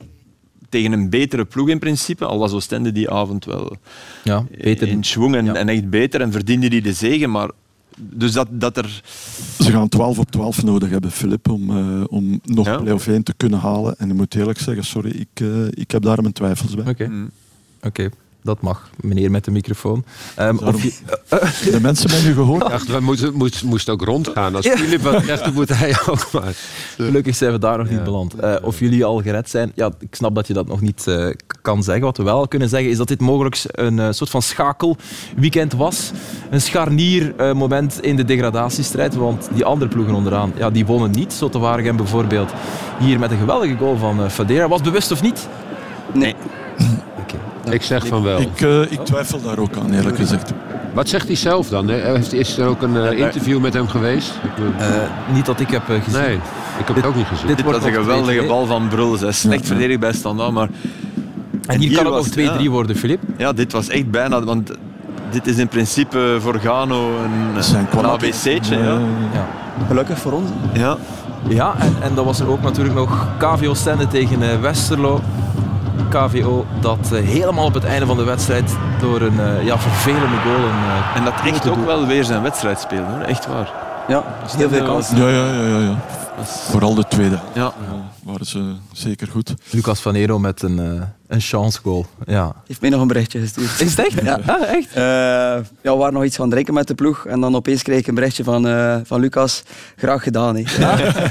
Speaker 6: tegen een betere ploeg in principe. Al was Oostende die avond wel
Speaker 3: Ja, beter.
Speaker 6: in schwung en,
Speaker 3: Ja.
Speaker 6: en echt beter en verdiende die de zegen. Maar dus dat, dat er...
Speaker 7: Ze gaan 12 op 12 nodig hebben, Filip, om, eh, om nog
Speaker 6: Ja.
Speaker 7: play-off 1 te kunnen halen. En ik moet eerlijk zeggen, sorry, ik, eh, ik heb daar mijn twijfels bij.
Speaker 3: Oké,
Speaker 6: Mm.
Speaker 3: oké. Dat mag, meneer met de microfoon. Ehm,
Speaker 7: Daarom-
Speaker 3: of je,
Speaker 7: De mensen hebben nu gehoord.
Speaker 5: Ik dacht, we moeten, moest, moest ook rondgaan. Als Filip wat zegt, dan moet hij ook maar.
Speaker 3: Gelukkig zijn we daar nog
Speaker 5: Ja.
Speaker 3: niet beland. Eh, of jullie al gered zijn, ja, ik snap dat je dat nog niet eh, k- kan zeggen. Wat we wel kunnen zeggen is dat dit mogelijk een eh, soort van schakelweekend was. Een scharniermoment in de degradatiestrijd, want die andere ploegen onderaan, ja, die wonnen niet. Zotte Waregem bijvoorbeeld, hier met een geweldige goal van eh, Fadera. Was bewust of niet?
Speaker 4: Nee.
Speaker 5: Ik zeg van wel.
Speaker 7: Ik, eh, ik twijfel daar ook aan, eerlijk gezegd.
Speaker 5: Wat zegt hij zelf dan? hè? Heeft- Is er ook een eh, interview met hem geweest? Ik bedoel,
Speaker 3: Eh, niet dat ik heb eh, gezien.
Speaker 5: nee, ik heb het ook niet gezien.
Speaker 3: dit
Speaker 6: Dit
Speaker 3: wordt
Speaker 6: was een
Speaker 3: nog
Speaker 6: geweldige
Speaker 3: 2-2.
Speaker 6: bal van Bruls. Hij is slecht verdedigd bij Standaard, maar
Speaker 3: En hier,
Speaker 6: hier
Speaker 3: kan het
Speaker 6: was-
Speaker 3: nog 2-3
Speaker 6: ja.
Speaker 3: worden, Filip.
Speaker 6: ja, dit was echt bijna... Want dit is in principe voor Gano een,
Speaker 7: Zijn
Speaker 6: een ABC'tje. Ja.
Speaker 7: Eh,
Speaker 4: Gelukkig voor ons.
Speaker 6: Ja.
Speaker 3: Ja, en, en dan was er ook natuurlijk nog KVO Stende tegen eh, Westerlo. KVO dat eh, helemaal op het einde van de wedstrijd door een eh, ja, vervelende goal. Een, eh,
Speaker 6: En dat echt
Speaker 3: Grote
Speaker 6: ook
Speaker 3: doel.
Speaker 6: wel weer zijn wedstrijd speelde. Hoor. Echt waar.
Speaker 4: Ja, dus heel veel kansen.
Speaker 7: Ja, ja, ja, ja, ja. Vooral de tweede.
Speaker 6: Ja.
Speaker 7: Eh, waren ze zeker goed.
Speaker 3: Lucas van Ero met een, eh, een chance goal. Ja.
Speaker 4: Heeft mij nog een berichtje gestuurd.
Speaker 3: Is het echt?
Speaker 4: Ja.
Speaker 3: Ah, echt?
Speaker 4: Eh, ja, we waren nog iets gaan drinken met de ploeg. En dan opeens kreeg ik een berichtje van, eh, van Lucas. Graag gedaan. hè.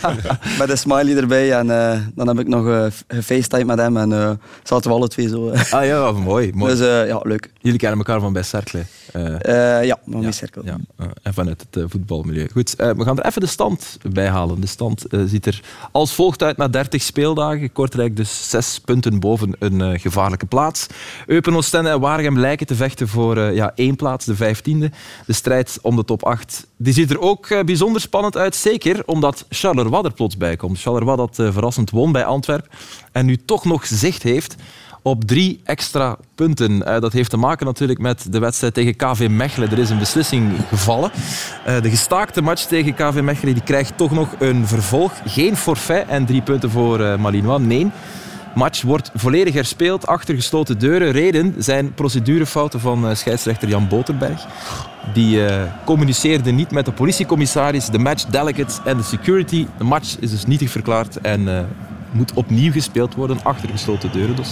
Speaker 4: met een smiley erbij. En eh, dan heb ik nog eh gefacetimed met hem. En eh, zaten we alle twee zo. eh.
Speaker 3: Ah ja, mooi. mooi.
Speaker 4: Dus eh, ja, leuk.
Speaker 3: Jullie kennen elkaar van bij Cercle. eh.
Speaker 4: Eh, ja, nog
Speaker 3: Ja,
Speaker 4: een cirkel.
Speaker 3: Ja, eh, en vanuit het eh, voetbalmilieu. Goed, eh, we gaan er even de stand bij halen. De stand eh, ziet er als volgt uit na 30 speeldagen. Kortrijk dus zes punten boven een eh, gevaarlijke plaats. Eupen, Oostende en Waregem lijken te vechten voor eh, ja, één plaats, de vijftiende. De strijd om de top 8 die ziet er ook eh, bijzonder spannend uit. Zeker omdat Charleroi er plots bij komt. Charleroi dat eh, verrassend won bij Antwerpen en nu toch nog zicht heeft op drie extra punten. Eh, dat heeft te maken natuurlijk met de wedstrijd tegen KV Mechelen. Er is een beslissing gevallen. Eh, de gestaakte match tegen KV Mechelen die krijgt toch nog een vervolg. Geen forfait en drie punten voor eh Malinois. Nee, match wordt volledig herspeeld achter gesloten deuren. Reden zijn procedurefouten van eh, scheidsrechter Jan Boterberg. Die eh, communiceerde niet met de politiecommissaris, de match delegates en de security. De match is dus nietig verklaard en eh, moet opnieuw gespeeld worden achter gesloten deuren. Dus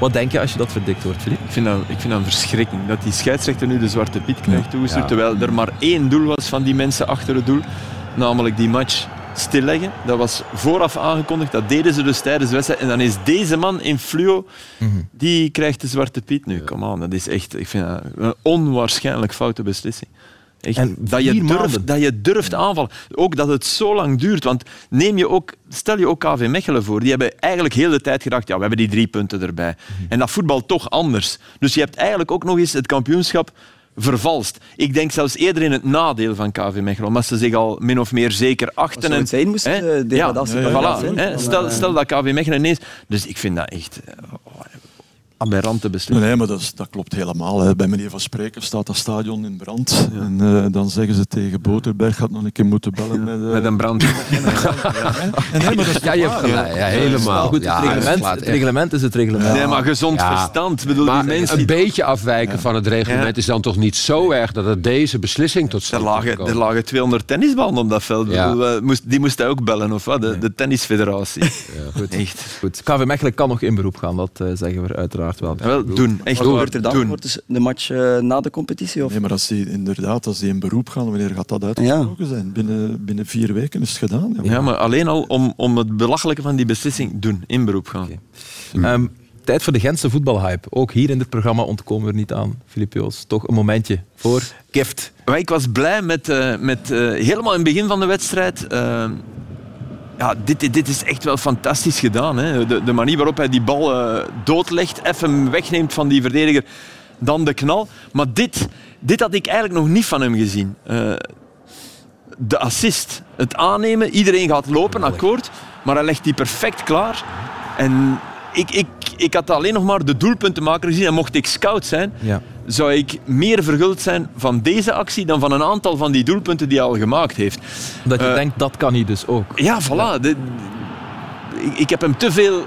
Speaker 3: wat denk je als je dat verdikt wordt, Filip?
Speaker 6: Ik vind, dat, ik vind dat een verschrikking. Dat die scheidsrechter nu de zwarte piet krijgt toegestuurd. Terwijl er maar één doel was van die mensen achter het doel. Namelijk die match stilleggen. Dat was vooraf aangekondigd. Dat deden ze dus tijdens de wedstrijd. En dan is deze man in fluo, die krijgt de zwarte piet nu. Kom aan, dat is echt ik vind dat een onwaarschijnlijk foute beslissing. Echt,
Speaker 2: En
Speaker 6: dat, je
Speaker 2: vier
Speaker 6: durft,
Speaker 2: maanden.
Speaker 6: dat je durft aanvallen. Ook dat het zo lang duurt. Want neem je ook, stel je ook KV Mechelen voor. Die hebben eigenlijk heel de tijd gedacht, ja, we hebben die drie punten erbij.
Speaker 4: Mhm.
Speaker 6: En dat voetbal toch anders. Dus je hebt eigenlijk ook nog eens het kampioenschap vervalst. Ik denk zelfs eerder in het nadeel van KV Mechelen. Omdat ze zich al min of meer zeker achten.
Speaker 4: Als het
Speaker 6: en-
Speaker 4: zijn moest,
Speaker 6: hè?
Speaker 4: eh, degradatie
Speaker 6: Ja,
Speaker 4: van
Speaker 6: voilà,
Speaker 4: zijn.
Speaker 6: hè?
Speaker 4: Dan,
Speaker 6: Stel,
Speaker 4: eh,
Speaker 6: stel dat KV Mechelen ineens... Dus ik vind dat echt... eh, oh, Aberrante beslissing.
Speaker 7: Nee, maar dat, is- dat klopt helemaal. Hè. Bij meneer Van Spreken staat dat stadion in brand. En eh, dan zeggen ze tegen Boterberg, gaat nog een keer moeten bellen met... eh,
Speaker 6: Met een brand.
Speaker 7: nee, maar dat is
Speaker 5: Ja, je hebt gelijk. Ja, helemaal.
Speaker 3: Goed, het,
Speaker 5: ja,
Speaker 3: reglement,
Speaker 5: slaat
Speaker 3: het
Speaker 5: echt-
Speaker 3: reglement is het reglement.
Speaker 6: Nee, maar gezond
Speaker 5: Ja.
Speaker 6: verstand. Ik Bedoel,
Speaker 5: Maar
Speaker 6: die mensen
Speaker 5: een beetje afwijken van het reglement
Speaker 6: Ja.
Speaker 5: is dan toch niet zo erg dat het deze beslissing tot
Speaker 6: Er
Speaker 5: stand
Speaker 6: lagen,
Speaker 5: komt.
Speaker 6: er lagen 200 tennisballen op dat veld. Ik
Speaker 5: Ja.
Speaker 6: bedoel, eh, moest, die moesten ook bellen, of wat? De, de tennisfederatie.
Speaker 3: Goed.
Speaker 6: Echt.
Speaker 3: Goed. KV Mechelen kan nog in beroep gaan, dat eh, zeggen we uiteraard wel.
Speaker 6: Wel, doen. Echt
Speaker 4: Wat
Speaker 6: waar,
Speaker 4: gebeurt er dan?
Speaker 6: doen.
Speaker 4: Wordt dus de match eh, na de competitie? Of?
Speaker 7: Nee, maar als die, inderdaad, als die in beroep gaan, wanneer gaat dat uitgesproken zijn? Binnen, binnen vier weken is het gedaan. Ja,
Speaker 6: Ja, maar alleen al om, om het belachelijke van die beslissing doen. In beroep gaan.
Speaker 3: Ehm, tijd voor de Gentse voetbalhype. Ook hier in dit programma ontkomen we er niet aan, Filip Joos. Toch een momentje voor Gift.
Speaker 6: Maar ik was blij met, eh, met eh, helemaal in het begin van de wedstrijd. eh, ja, dit, dit- dit is echt wel fantastisch gedaan. Hè. De, de manier waarop hij die bal eh, doodlegt, even hem wegneemt van die verdediger, dan de knal. Maar dit, dit had ik eigenlijk nog niet van hem gezien. Eh, de assist, het aannemen, iedereen gaat lopen, akkoord. Maar hij legt die perfect klaar. En ik, ik, ik had alleen nog maar de doelpuntenmaker gezien. En mocht ik scout zijn,
Speaker 3: Ja.
Speaker 6: zou ik meer verguld zijn van deze actie dan van een aantal van die doelpunten die hij al gemaakt heeft.
Speaker 3: Dat je
Speaker 6: Eh,
Speaker 3: denkt, dat kan hij dus ook.
Speaker 6: Ja, voilà. De- ik, ik heb hem te veel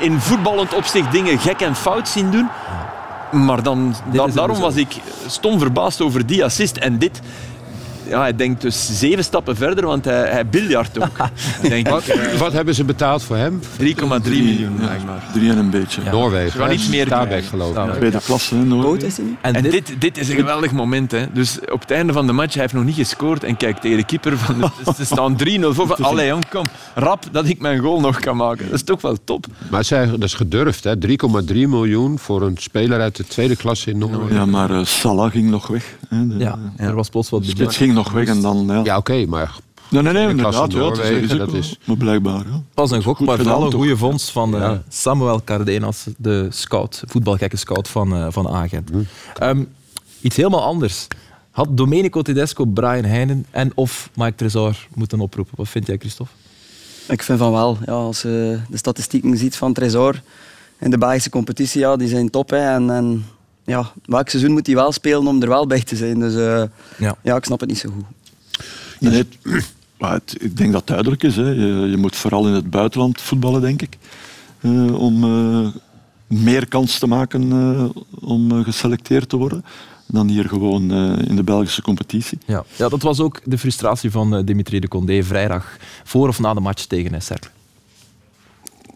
Speaker 6: in, in voetballend opzicht dingen gek en fout zien doen. Maar dan,
Speaker 3: is
Speaker 6: da-
Speaker 3: hem
Speaker 6: daarom
Speaker 3: zo.
Speaker 6: was ik stom verbaasd over die assist en dit. Ja, hij denkt dus zeven stappen verder, want hij, hij biljart ook. denk ik.
Speaker 5: Wat, wat hebben ze betaald voor hem?
Speaker 6: 3,3 miljoen, blijkbaar.
Speaker 7: Drie en een beetje.
Speaker 5: Noorwegen.
Speaker 6: Ze gaan
Speaker 5: hè?
Speaker 6: iets meer
Speaker 5: Stabæk
Speaker 6: krijgen.
Speaker 5: geloof ik.
Speaker 3: Stabæk.
Speaker 7: Tweede klasse, hè, Noorwegen.
Speaker 4: Oud is hij nu?
Speaker 6: En, dit, dit is een geweldig moment. Hè. Dus op het einde van de match, hij heeft nog niet gescoord. En kijk, tegen de keeper, van de, ze staan 3-0 voor. Van, Allee jong, kom, rap dat ik mijn goal nog kan maken. Dat is toch wel top.
Speaker 5: Maar het zijn- dat is gedurfd, hè? 3,3 miljoen voor een speler uit de tweede klasse in Noorwegen.
Speaker 7: Ja, maar eh, Salah ging nog weg. Hè. De,
Speaker 3: Ja, er was plots wat budget.
Speaker 7: Spits ging nog weg en dan... Ja.
Speaker 5: Ja, oké, maar
Speaker 7: Nee, nee, nee,
Speaker 5: de klasse
Speaker 7: inderdaad. Ja,
Speaker 5: Noorwegen,
Speaker 7: dat is,
Speaker 5: dat is-
Speaker 7: Maar blijkbaar, ja.
Speaker 3: Het was een gok,
Speaker 7: Goed
Speaker 3: maar
Speaker 7: gedaan,
Speaker 3: vooral een
Speaker 7: toch?
Speaker 3: goede vondst van eh,
Speaker 5: Ja.
Speaker 3: Samuel Cardenas, de scout, voetbalgekke scout van, eh van Agent. Ehm, iets helemaal anders. Had Domenico Tedesco Brian Heijnen en of Mike Tresor moeten oproepen? Wat vind jij, Christophe?
Speaker 4: Ik vind van wel. Ja, als je de statistieken ziet van Tresor in de Belgische competitie, ja, die zijn top. Hè. En, en ja, welk seizoen moet hij wel spelen om er wel bij te zijn? Dus eh,
Speaker 3: Ja.
Speaker 4: ja. ik snap het niet zo goed.
Speaker 7: Nee, het- maar het- ik denk dat het duidelijk is. Hè. Je, je moet vooral in het buitenland voetballen, denk ik. eh, om eh, meer kans te maken eh, om eh, geselecteerd te worden dan hier gewoon eh, in de Belgische competitie.
Speaker 3: Ja. ja, dat was ook de frustratie van eh, Dimitri de Condé vrijdag, voor of na de match tegen SR.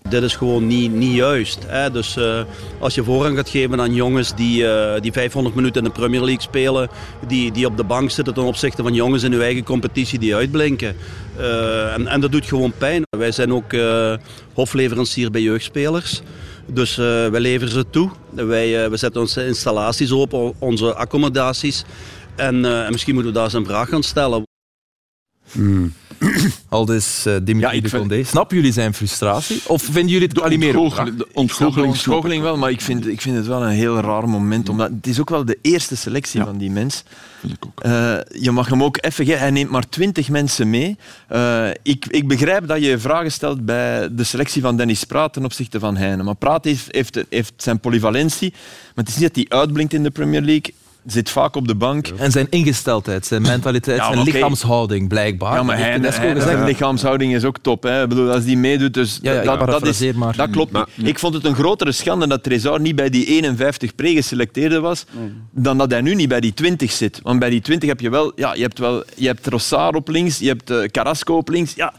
Speaker 8: Dit is gewoon niet, niet juist. Hè? Dus eh, als je voorrang gaat geven aan jongens die, eh, die 500 minuten in de Premier League spelen, die, die op de bank zitten ten opzichte van jongens in hun eigen competitie die uitblinken. Eh, en, en dat doet gewoon pijn. Wij zijn ook eh, hofleverancier bij jeugdspelers. Dus eh, wij leveren ze toe. Wij, eh, we zetten onze installaties open, o- onze accommodaties. En, eh, en misschien moeten we daar eens een vraag gaan stellen.
Speaker 3: Al dus eh, Dimitri
Speaker 6: Ja, ik
Speaker 3: de
Speaker 6: vind-
Speaker 3: Condé. Snappen jullie zijn frustratie? Of vinden jullie het Calimero?
Speaker 7: ontgoocheling- de
Speaker 6: De
Speaker 7: ontgoocheling snap ik.
Speaker 6: ontgoocheling wel, maar ik vind, ik vind het wel een heel raar moment. Omdat het is ook wel de eerste selectie
Speaker 7: Ja.
Speaker 6: van die mens.
Speaker 7: Vind ik ook.
Speaker 6: Eh, je mag hem ook even... ge- Hij neemt maar 20 mensen mee. Eh, ik, ik begrijp dat je vragen stelt bij de selectie van Dennis Praat ten opzichte van Heijnen. Maar Praat heeft, heeft, heeft zijn polyvalentie. Maar het is niet dat hij uitblinkt in de Premier League. Zit vaak op de bank.
Speaker 3: En zijn ingesteldheid, zijn mentaliteit,
Speaker 6: Ja,
Speaker 3: zijn
Speaker 6: maar oké.
Speaker 3: lichaamshouding, blijkbaar.
Speaker 7: Ah,
Speaker 6: Ja, maar
Speaker 3: Dat heeft
Speaker 6: hij,
Speaker 3: Tedesco
Speaker 6: hij-
Speaker 3: gezegd.
Speaker 6: zijn lichaamshouding is ook top. Hè. Ik bedoel, als die meedoet, dus
Speaker 3: Ja, ja, ik parafraseer maar.
Speaker 6: dat klopt niet. Ik vond het een grotere schande dat Trezor niet bij die 51 pre-geselecteerde was, dan dat hij nu niet bij die 20 zit. Want bij die 20 heb je wel... Ja, je hebt, wel, je hebt Trossard op links, je hebt eh, Carrasco op links. Ja,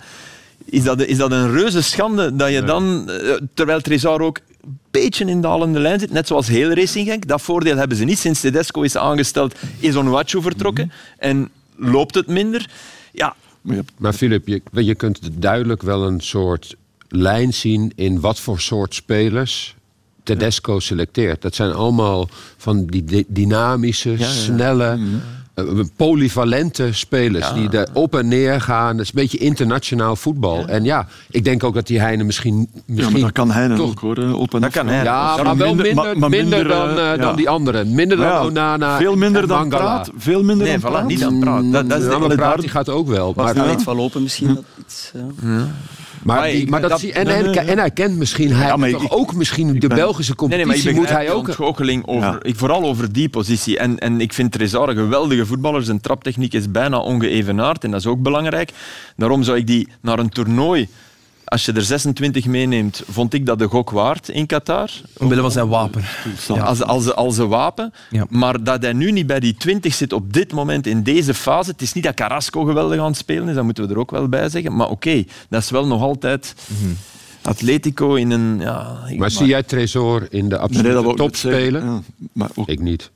Speaker 6: is dat, is dat een reuze schande dat je dan, eh, terwijl Trezor ook een beetje in de dalende lijn zit, net zoals heel Racing Genk. Dat voordeel hebben ze niet. Sinds Tedesco is aangesteld, is Onwachu vertrokken en loopt het minder. Ja,
Speaker 7: Maar je hebt
Speaker 5: Maar Filip, je, je kunt duidelijk wel een soort lijn zien in wat voor soort spelers Tedesco selecteert. Dat zijn allemaal van die di- dynamische, snelle,
Speaker 7: Mhm.
Speaker 5: eh, polyvalente spelers die daar op en neer gaan. Dat is een beetje internationaal voetbal. En ja, ik denk ook dat die Heine misschien.
Speaker 7: ja,
Speaker 5: misschien
Speaker 7: maar dat kan hij
Speaker 5: toch-
Speaker 7: ook hoor. hè, Op en
Speaker 6: Dat
Speaker 7: af.
Speaker 6: kan hij.
Speaker 5: Ja,
Speaker 7: Ja,
Speaker 5: maar wel
Speaker 7: minder-
Speaker 5: minder,
Speaker 7: maar- maar
Speaker 5: minder
Speaker 7: minder,
Speaker 5: dan,
Speaker 7: eh,
Speaker 5: eh,
Speaker 7: ja.
Speaker 5: dan die anderen. Minder
Speaker 7: Maar
Speaker 5: dan
Speaker 7: ja,
Speaker 5: Onana.
Speaker 7: Veel minder
Speaker 5: en
Speaker 7: dan
Speaker 5: Mangala.
Speaker 7: praat. Veel minder
Speaker 6: Nee,
Speaker 7: dan
Speaker 6: voilà,
Speaker 7: praat.
Speaker 6: niet aan praat. Dat, dat is
Speaker 5: Ja,
Speaker 6: de-
Speaker 5: maar
Speaker 6: daar-
Speaker 5: praat, die gaat ook wel.
Speaker 4: Was
Speaker 5: Maar,
Speaker 4: daar
Speaker 7: ja.
Speaker 4: iets van lopen misschien? Dat iets, eh,
Speaker 5: Maar,
Speaker 6: Maar
Speaker 5: die-
Speaker 6: ik-
Speaker 5: maar dat,
Speaker 6: dat-
Speaker 5: zie- en,
Speaker 7: nee,
Speaker 5: en,
Speaker 7: nee, nee.
Speaker 5: en hij kent misschien, hij
Speaker 7: Ja, maar
Speaker 5: toch
Speaker 7: ik-
Speaker 5: ook misschien de
Speaker 7: ben-
Speaker 5: Belgische
Speaker 6: Nee, nee,
Speaker 5: competitie
Speaker 6: maar ik
Speaker 5: moet hij
Speaker 6: begrijp die
Speaker 5: ook.
Speaker 6: ontgoocheling over,
Speaker 7: Ja.
Speaker 6: ik, vooral over die positie. En, en ik vind Trezor een geweldige voetballer. Zijn traptechniek is bijna ongeëvenaard en dat is ook belangrijk. Daarom zou ik die naar een toernooi, als je er 26 meeneemt, vond ik dat de gok waard in Qatar.
Speaker 2: Omwille van zijn wapen.
Speaker 7: Ja.
Speaker 6: Als, als, als een wapen.
Speaker 2: Ja.
Speaker 6: Maar dat hij nu niet bij die 20 zit op dit moment, in deze fase. Het is niet dat Carrasco geweldig aan het spelen is, dat moeten we er ook wel bij zeggen. Maar oké, dat is wel nog altijd
Speaker 7: Mhm.
Speaker 6: Atletico in een. Ja, ik-
Speaker 5: Maar zie jij Tresor in de
Speaker 7: Nee, dat
Speaker 5: absolute
Speaker 7: wou ik
Speaker 5: top
Speaker 7: net zeggen.
Speaker 5: spelen?
Speaker 7: Ja, Maar ook
Speaker 5: Ik niet.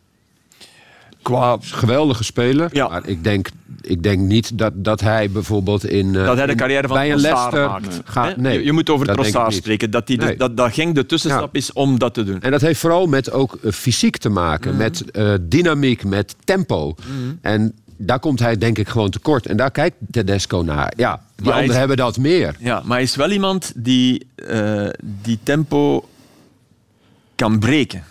Speaker 6: qua
Speaker 5: Geweldige speler,
Speaker 6: Ja.
Speaker 5: maar ik denk, ik denk niet dat, dat hij bijvoorbeeld in... eh,
Speaker 6: Dat hij de
Speaker 5: in-
Speaker 6: carrière van
Speaker 5: bij een
Speaker 6: Trossard
Speaker 5: Leicester
Speaker 6: maakt.
Speaker 5: gaat.
Speaker 6: Hè?
Speaker 5: Nee,
Speaker 6: je, je moet over
Speaker 5: dat denk ik
Speaker 6: Trossard
Speaker 5: niet.
Speaker 6: spreken. Dat, die de-
Speaker 5: Nee.
Speaker 6: dat, dat Genk de tussenstap
Speaker 5: Ja.
Speaker 6: is om dat te doen.
Speaker 5: En dat heeft vooral met ook eh, fysiek te maken,
Speaker 6: Mm.
Speaker 5: met eh, dynamiek, met tempo. En daar komt hij denk ik gewoon tekort. En daar kijkt Tedesco naar. Ja, die
Speaker 6: hij
Speaker 5: anderen
Speaker 6: is-
Speaker 5: hebben dat meer.
Speaker 6: Ja, maar hij is wel iemand die eh, die tempo kan breken.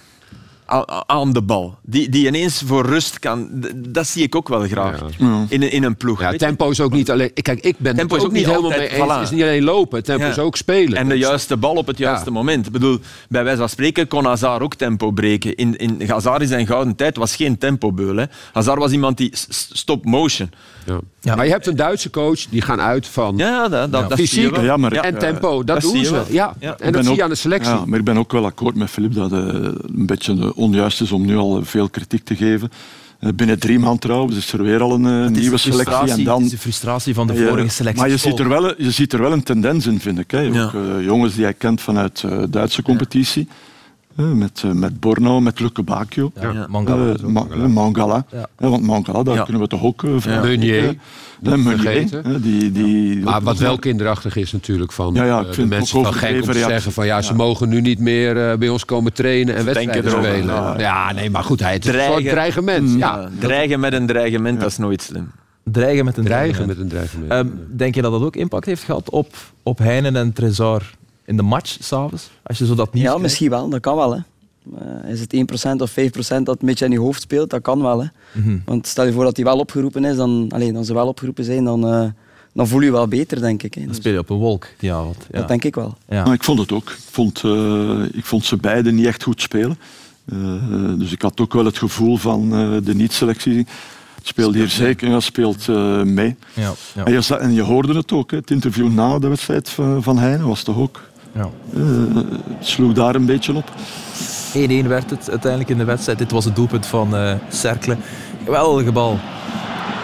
Speaker 6: A- a- Aan de bal. Die, die ineens voor rust kan. D- Dat zie ik ook wel graag. In, een- in een ploeg.
Speaker 5: Ja,
Speaker 6: weet je.
Speaker 5: tempo is ook niet alleen. Kijk, ik ben
Speaker 6: Tempo
Speaker 5: het
Speaker 6: is
Speaker 5: ook, niet
Speaker 6: ook niet
Speaker 5: helemaal
Speaker 6: altijd-
Speaker 5: mee eens.
Speaker 6: voilà.
Speaker 5: Het is niet alleen lopen, tempo
Speaker 6: Ja.
Speaker 5: is ook spelen.
Speaker 6: En de juiste bal op het juiste
Speaker 5: Ja.
Speaker 6: moment. Ik bedoel, bij wijze van spreken kon Hazard ook tempo breken. In, in Hazard in zijn gouden tijd was geen tempobeul. hè. Hazard was iemand die s- s- stop motion.
Speaker 5: Ja. Maar je hebt een Duitse coach die gaan uit van.
Speaker 6: Ja, dat, dat, dat zie je
Speaker 5: Fysiek
Speaker 6: wel.
Speaker 7: ja, maar
Speaker 5: En
Speaker 7: eh,
Speaker 5: tempo, dat,
Speaker 6: dat zie
Speaker 5: doen
Speaker 6: je
Speaker 5: ze.
Speaker 6: wel.
Speaker 5: Ja.
Speaker 6: Ja.
Speaker 5: En
Speaker 7: Ik
Speaker 5: dat
Speaker 7: ben
Speaker 5: zie je
Speaker 7: ook-
Speaker 5: aan de selectie.
Speaker 7: Ja, maar ik ben ook wel akkoord met Filip dat het een beetje eh, onjuist is om nu al eh, veel kritiek te geven. Eh, Binnen drie maanden trouwens is er weer al een eh, nieuwe selectie. En dan,
Speaker 2: Het is de frustratie van de
Speaker 7: Ja,
Speaker 2: vorige selectie.
Speaker 7: Maar je ziet, er wel, je ziet er wel een tendens in, vind ik. Hè. Ook,
Speaker 6: Ja.
Speaker 7: eh, jongens die hij kent vanuit eh Duitse competitie. Eh, met, eh, met Borno, met Lukke Bakio.
Speaker 2: Ja,
Speaker 7: Eh,
Speaker 2: Mangala.
Speaker 7: Ma- eh, Mangala.
Speaker 2: Ja.
Speaker 7: Eh, want Mangala, daar
Speaker 6: Ja.
Speaker 7: kunnen we toch ook eh, van.
Speaker 5: Meunier.
Speaker 7: Eh, Meunier,
Speaker 5: vergeten.
Speaker 7: eh, die, die,
Speaker 5: Maar wat wel kinderachtig is natuurlijk van
Speaker 7: Ja, ja, ik
Speaker 5: eh,
Speaker 7: vind
Speaker 5: de
Speaker 7: het
Speaker 5: mensen
Speaker 7: ook
Speaker 5: van gek om te
Speaker 7: overdreven reactie.
Speaker 5: zeggen van ja, ze mogen nu niet meer eh, bij ons komen trainen en wedstrijden
Speaker 6: denken erover
Speaker 5: spelen.
Speaker 7: na.
Speaker 5: Ja, nee, maar goed, hij het is een soort
Speaker 6: Dreigen. Mm.
Speaker 5: dreigement. Ja,
Speaker 6: Ja, dreigen met een dreigement, dat is nooit slim.
Speaker 2: Dreigen met een
Speaker 5: dreigen
Speaker 2: dreigement.
Speaker 5: met een dreigement.
Speaker 6: Eh,
Speaker 2: Ehm, denk je dat dat ook impact heeft gehad op, op Heinen en Trezor in de match s'avonds? Als je zo dat nieuws
Speaker 4: ja,
Speaker 2: krijgt?
Speaker 4: misschien wel. Dat kan wel. Hè. Eh, is het 1% of 5% dat een beetje in je hoofd speelt? Dat kan wel. Hè.
Speaker 2: Mhm.
Speaker 4: Want stel je voor dat hij wel opgeroepen is, dan, alleen, als ze wel opgeroepen zijn, dan, eh, dan voel je je wel beter, denk ik. Hè.
Speaker 2: Dan
Speaker 4: Dus
Speaker 2: speel je op een wolk die avond. Ja.
Speaker 4: Dat denk ik wel.
Speaker 2: Ja.
Speaker 7: Maar ik vond het ook. Ik vond, eh, ik vond ze beiden niet echt goed spelen. Eh, dus ik had ook wel het gevoel van eh, de niet-selectie. Speelt hier zeker, ja, speelt eh, mee.
Speaker 2: Ja, ja,
Speaker 7: En, je, za- en je hoorde het ook, hè, het interview na de wedstrijd van, van Heijnen was toch ook.
Speaker 2: ja.
Speaker 7: eh, het sloeg daar een beetje op.
Speaker 2: 1-1 werd het uiteindelijk in de wedstrijd. Dit was het doelpunt van eh Cercle. Geweldige bal.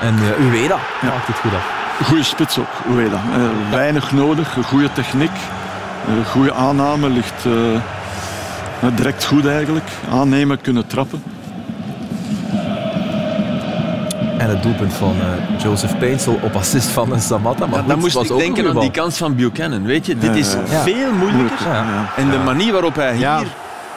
Speaker 2: En eh Ueda maakt het goed af.
Speaker 7: Goede spits ook, Ueda. Eh, Weinig nodig, goede techniek, eh, goede aanname, ligt eh, eh, direct goed eigenlijk. Aannemen, kunnen trappen.
Speaker 2: En het doelpunt van eh, Joseph Peinsel op assist van eh, Samatta. Maar
Speaker 6: Ja,
Speaker 2: goed,
Speaker 6: dan moest
Speaker 2: was
Speaker 6: ik
Speaker 2: ook een
Speaker 6: denken
Speaker 2: goeie
Speaker 6: aan die
Speaker 2: bal.
Speaker 6: kans van Buchanan. Weet je, dit is
Speaker 7: Ja,
Speaker 2: ja.
Speaker 6: veel moeilijker.
Speaker 2: Ja.
Speaker 7: Ja.
Speaker 6: En de manier waarop hij hier...
Speaker 5: Ja.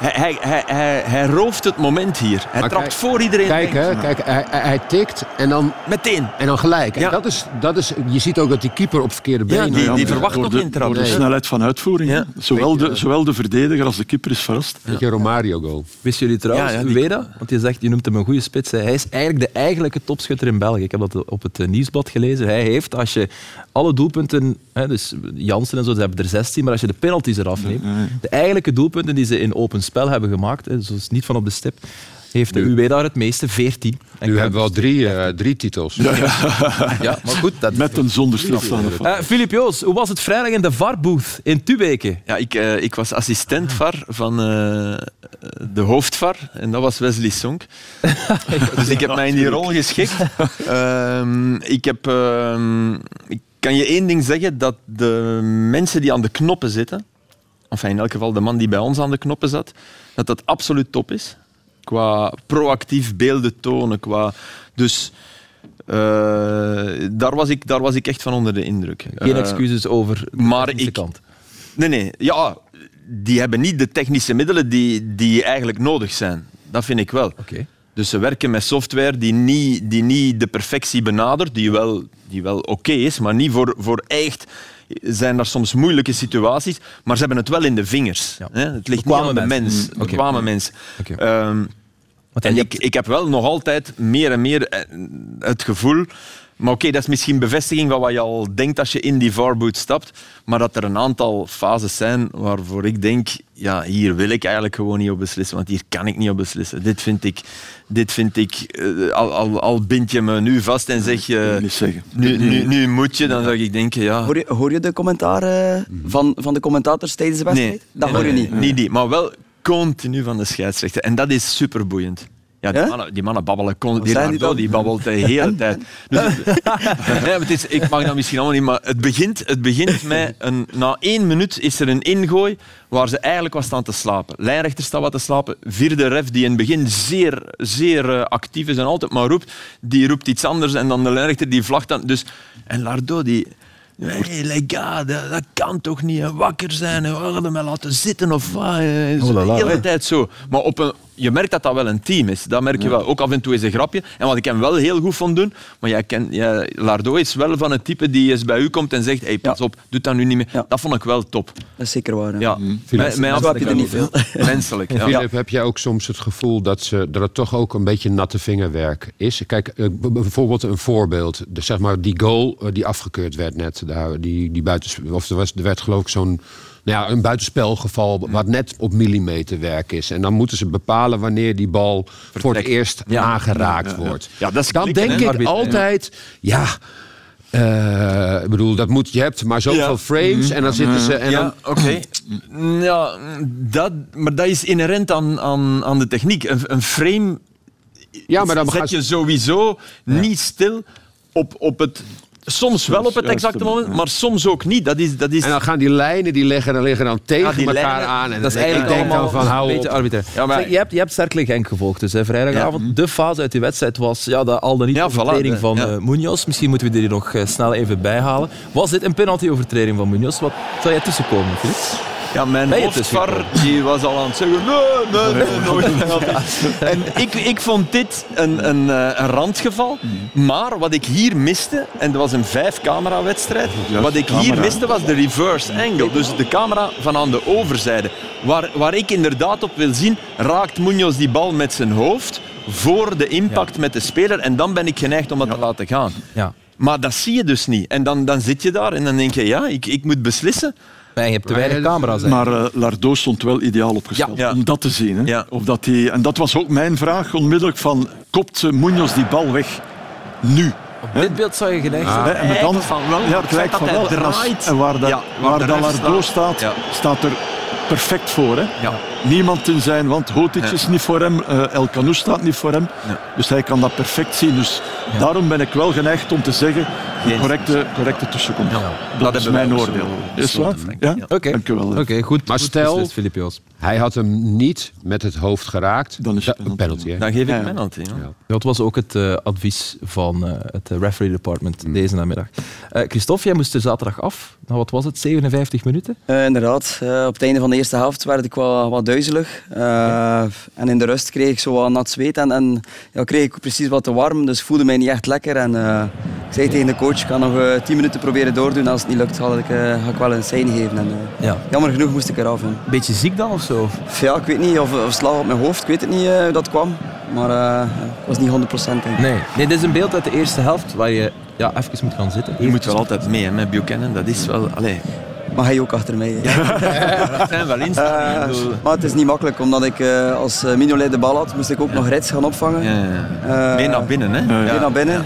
Speaker 6: Hij, hij, hij, hij, hij rooft het moment hier. Hij
Speaker 5: Maar
Speaker 6: trapt
Speaker 5: kijk-
Speaker 6: voor iedereen.
Speaker 5: Kijk,
Speaker 6: denkt.
Speaker 5: hè, kijk hij, hij- hij tikt en dan,
Speaker 6: Meteen.
Speaker 5: en dan gelijk. En
Speaker 6: Ja.
Speaker 5: dat is, dat is, je ziet ook dat die keeper op verkeerde benen...
Speaker 6: die- die
Speaker 7: maar
Speaker 6: verwacht
Speaker 7: door
Speaker 6: nog
Speaker 7: de-
Speaker 6: geen trap,
Speaker 7: Door de
Speaker 6: hè?
Speaker 7: snelheid van uitvoering.
Speaker 6: Ja. eh,
Speaker 7: Zowel, de, zowel de verdediger als de keeper is verrast.
Speaker 5: Beetje Romario-goal.
Speaker 2: Wisten jullie trouwens,
Speaker 6: Ja, ja, die-
Speaker 2: Ueda, want je zegt, je noemt hem een goede spits. hè. Hij is eigenlijk de eigenlijke topschutter in België. Ik heb dat op het eh, nieuwsblad gelezen. Hij heeft, als je alle doelpunten, hè, dus Jansen en zo, ze hebben er 16, maar als je de penalties eraf neemt, de eigenlijke doelpunten die ze in open spel hebben gemaakt, hè, dus niet van op de stip, heeft de Ueda het meeste, 14. En
Speaker 5: Nu
Speaker 2: ik-
Speaker 5: hebben we al drie, eh, drie titels.
Speaker 2: Ja, maar goed, dat...
Speaker 7: Met een zonder stilstaande fout.
Speaker 2: Eh, Filip Joos, hoe was het vrijdag in de VAR-booth in Tubeke?
Speaker 6: Ja, ik, eh, ik was assistent VAR van eh, de hoofdvar en dat was Wesley Sonk. dus ik heb mij in die rol geschikt. Ehm, ik, heb, ehm, ik kan je één ding zeggen, dat de mensen die aan de knoppen zitten, of in elk geval de man die bij ons aan de knoppen zat, dat dat absoluut top is. Qua proactief beelden tonen, qua... Dus eh, daar, was ik, daar was ik echt van onder de indruk.
Speaker 3: Geen
Speaker 6: Eh,
Speaker 3: excuses over de
Speaker 6: maar
Speaker 3: technische
Speaker 6: ik-
Speaker 3: kant.
Speaker 6: Nee, nee. Ja, die hebben niet de technische middelen die, die eigenlijk nodig zijn. Dat vind ik wel.
Speaker 3: Oké.
Speaker 6: Dus ze werken met software die niet, die niet de perfectie benadert, die wel, die wel oké is, maar niet voor, voor echt. Zijn daar soms moeilijke situaties, maar ze hebben het wel in de vingers.
Speaker 3: Ja.
Speaker 6: Hè? Het ligt niet
Speaker 3: Bekwame
Speaker 6: aan de
Speaker 3: mensen. Mm,
Speaker 6: mens.
Speaker 3: oké.
Speaker 6: Bekwame mensen.
Speaker 3: Oké.
Speaker 6: Ehm,
Speaker 3: Want
Speaker 6: en
Speaker 3: hij-
Speaker 6: ik, ik heb wel nog altijd meer en meer eh, het gevoel. Maar oké, dat is misschien bevestiging van wat je al denkt als je in die varboot stapt. Maar dat er een aantal fases zijn waarvoor ik denk: ja, hier wil ik eigenlijk gewoon niet op beslissen. Want hier kan ik niet op beslissen. Dit vind ik. Dit vind ik eh, al, al, al bind je me nu vast en zeg
Speaker 7: wil
Speaker 6: je.
Speaker 7: niet zeggen.
Speaker 6: Nu, nu, nu moet je, dan zou ik denken: ja.
Speaker 4: Hoor je, hoor je de commentaar eh, van, van de commentators tijdens de wedstrijd? dat hoor je
Speaker 6: nee,
Speaker 4: niet.
Speaker 6: nee, Niet die, maar wel continu van de scheidsrechter. En dat is superboeiend. Ja, die,
Speaker 4: Ja?
Speaker 6: Mannen, die mannen babbelen continu. Die
Speaker 4: zijn die
Speaker 6: Ronaldo,
Speaker 4: dan?
Speaker 6: die babbelt de hele tijd. Dus, nee, maar het is, ik mag dat misschien allemaal niet, maar het begint, het begint met... Een, na één minuut is er een ingooi waar ze eigenlijk was staan te slapen. Lijnrechter staat wat te slapen. Vierde ref, die in het begin zeer, zeer eh, actief is en altijd maar roept, die roept iets anders. En dan de lijnrechter, die vlagt dan... Dus, en Lardo, die... Hé, lega, dat, dat kan toch niet? hè? Wakker zijn, hè? we hadden mij laten zitten of wat? hè?
Speaker 4: Oh,
Speaker 6: Zo, de hele tijd zo. Maar op een, je merkt dat dat wel een team is. Dat merk je wel. Ook af en toe is een grapje. En wat ik hem wel heel goed vond doen, maar jij ken, jij, Lardo is wel van het type die eens bij u komt en zegt, hey, pas op, doe dat nu niet meer.
Speaker 4: Ja. Mhm.
Speaker 6: Dat vond ik wel top.
Speaker 4: Dat is zeker waar. hè.
Speaker 6: Ja. Mijn, mijn
Speaker 4: Zo heb je er niet veel.
Speaker 6: Menselijk, ja.
Speaker 5: Filip, heb jij ook soms het gevoel dat, ze, dat het toch ook een beetje natte vingerwerk is? Kijk, eh, b- bijvoorbeeld een voorbeeld. De, zeg maar die goal eh, die afgekeurd werd net. Daar, die, die buitens, of er, was, er werd geloof ik zo'n... Nou ja, een buitenspelgeval wat net op millimeterwerk is. En dan moeten ze bepalen wanneer die bal voor het eerst aangeraakt wordt.
Speaker 6: Ja, dat is
Speaker 5: dan
Speaker 6: klikken,
Speaker 5: denk
Speaker 6: hè,
Speaker 5: ik
Speaker 6: arbiter, ja.
Speaker 5: altijd... Ja, eh, ik bedoel, dat moet, je hebt maar zoveel
Speaker 6: Ja. Mhm.
Speaker 5: frames en dan zitten ze... En dan,
Speaker 6: ja, oké. Ja, dat, maar dat is inherent aan, aan, aan de techniek. Een, een frame
Speaker 5: ja, maar dan
Speaker 6: zet
Speaker 5: gaan ze-
Speaker 6: je sowieso niet stil op, op het... Soms wel op het
Speaker 7: juiste
Speaker 6: exacte
Speaker 7: moment,
Speaker 6: moment, maar soms ook niet. Dat is, dat is
Speaker 5: En dan gaan die lijnen, die liggen, dan liggen dan tegen
Speaker 6: die
Speaker 5: elkaar
Speaker 6: lijnen,
Speaker 5: aan. En
Speaker 3: Dat is
Speaker 5: ik
Speaker 3: eigenlijk
Speaker 5: denk
Speaker 3: allemaal
Speaker 5: dan van, hou
Speaker 3: een
Speaker 5: op.
Speaker 3: beetje arbitrair.
Speaker 6: Ja, maar-
Speaker 3: Zeg, je, hebt, je hebt Cercle Genk gevolgd, dus hè, vrijdagavond. De fase uit die wedstrijd was ja, de al dan niet
Speaker 6: Ja, voilà,
Speaker 3: overtreding
Speaker 6: de-
Speaker 3: van
Speaker 6: ja.
Speaker 3: eh, Munoz. Misschien moeten we die er nog eh, snel even bij halen. Was dit een penalty-overtreding van Munoz? Wat zou jij tussenkomen, Filip?
Speaker 6: Ja, mijn
Speaker 3: Ben je
Speaker 6: hoofdvar
Speaker 3: tussengekomen?
Speaker 6: die was al aan het zeggen: nee, nee, nee, nooit penalty. En ik, ik vond dit een, een, eh, een randgeval. Maar wat ik hier miste, en dat was een vijf-camera-wedstrijd,
Speaker 7: Ja,
Speaker 6: wat ik hier
Speaker 7: camera.
Speaker 6: miste was de reverse angle. Dus de camera van aan de overzijde. Waar, waar ik inderdaad op wil zien, raakt Munoz die bal met zijn hoofd voor de impact met de speler. En dan ben ik geneigd om dat te laten gaan.
Speaker 3: Ja.
Speaker 6: Maar dat zie je dus niet. En dan, dan zit je daar en dan denk je, ja, ik, ik moet beslissen.
Speaker 3: Maar je hebt te weinig
Speaker 5: Maar ja,
Speaker 3: camera's. eigenlijk.
Speaker 7: Maar eh Lardo stond wel ideaal opgesteld
Speaker 6: Ja, ja.
Speaker 7: om dat te zien. Hè?
Speaker 6: Ja.
Speaker 7: Of dat die, en dat was ook mijn vraag onmiddellijk van kopt eh, Munoz die bal weg nu?
Speaker 3: Op dit beeld zou je geneigd zijn.
Speaker 7: Hè, en met dan,
Speaker 6: lijkt van wel,
Speaker 7: ja,
Speaker 6: het
Speaker 7: het
Speaker 6: feit
Speaker 7: lijkt
Speaker 6: dat
Speaker 7: van
Speaker 6: hij
Speaker 7: wel. En als-
Speaker 6: draait.
Speaker 7: En waar, dat,
Speaker 6: Ja, waar
Speaker 7: waar
Speaker 6: de
Speaker 7: dat
Speaker 6: rest
Speaker 7: Lardo
Speaker 6: staat.
Speaker 7: staat,
Speaker 6: Ja.
Speaker 7: staat er perfect voor. Hè?
Speaker 6: Ja.
Speaker 7: Niemand in zijn, want Hotic is niet voor hem, eh, El Canoes staat niet voor hem.
Speaker 6: Ja.
Speaker 7: Dus hij kan dat perfect zien. Dus daarom ben ik wel geneigd om te zeggen,
Speaker 6: Geen
Speaker 7: correcte, correcte tussenkomst. Dat, is
Speaker 6: hebben wij
Speaker 7: mijn
Speaker 6: ook zo
Speaker 7: oordeel. Is
Speaker 6: besloten,
Speaker 7: waar?
Speaker 6: Frank.
Speaker 7: Ja?
Speaker 3: Oké.
Speaker 7: Dank u wel.
Speaker 3: Oké, goed.
Speaker 5: Maar
Speaker 3: goed
Speaker 5: stel-
Speaker 3: beslist, Filip Joos.
Speaker 5: Hij had hem niet met het hoofd geraakt.
Speaker 7: Dan is het
Speaker 5: Da- een
Speaker 7: penalty.
Speaker 5: penalty. hè?
Speaker 6: Dan geef ik
Speaker 7: Ja, ja.
Speaker 6: penalty. ja.
Speaker 3: Dat was ook het eh, advies van eh, het referee department deze namiddag. Eh, Christophe, jij moest er zaterdag af. Nou, wat was het? 57 minuten?
Speaker 4: Eh, inderdaad, Eh, op het einde van de eerste helft werd ik wat, wat duizelig. Eh, En in de rust kreeg ik zo wat nat zweet en, en ja, kreeg ik precies wat te warm, dus voelde mij niet echt lekker. En, eh, ik zei tegen de coach, ik kan nog eh, 10 minuten proberen doordoen. Als het niet lukt, ga ik, eh, ga ik wel een sein geven. En, eh,
Speaker 3: Ja.
Speaker 4: jammer genoeg moest ik eraf. hè.
Speaker 3: Beetje ziek dan of zo?
Speaker 4: Ja, ik weet niet, of, of slag op mijn hoofd, ik weet het niet eh, hoe dat kwam. Maar eh, ik was niet 100% denk ik.
Speaker 3: Nee. nee, dit is een beeld uit de eerste helft waar je ja, even moet gaan zitten.
Speaker 6: Je moet wel altijd mee hè, met Buchanan. Dat is wel. Allee,
Speaker 4: Maar hij ook achter mij. hè.
Speaker 6: dat zijn wel
Speaker 4: Eh,
Speaker 6: instellingen. ik bedoel.
Speaker 4: maar het is niet makkelijk, omdat ik eh, als eh, Mignolet de bal had, moest ik ook nog Rits gaan opvangen.
Speaker 6: Ja, ja, ja.
Speaker 4: Eh,
Speaker 6: Mee naar binnen, hè?
Speaker 4: Weer naar binnen.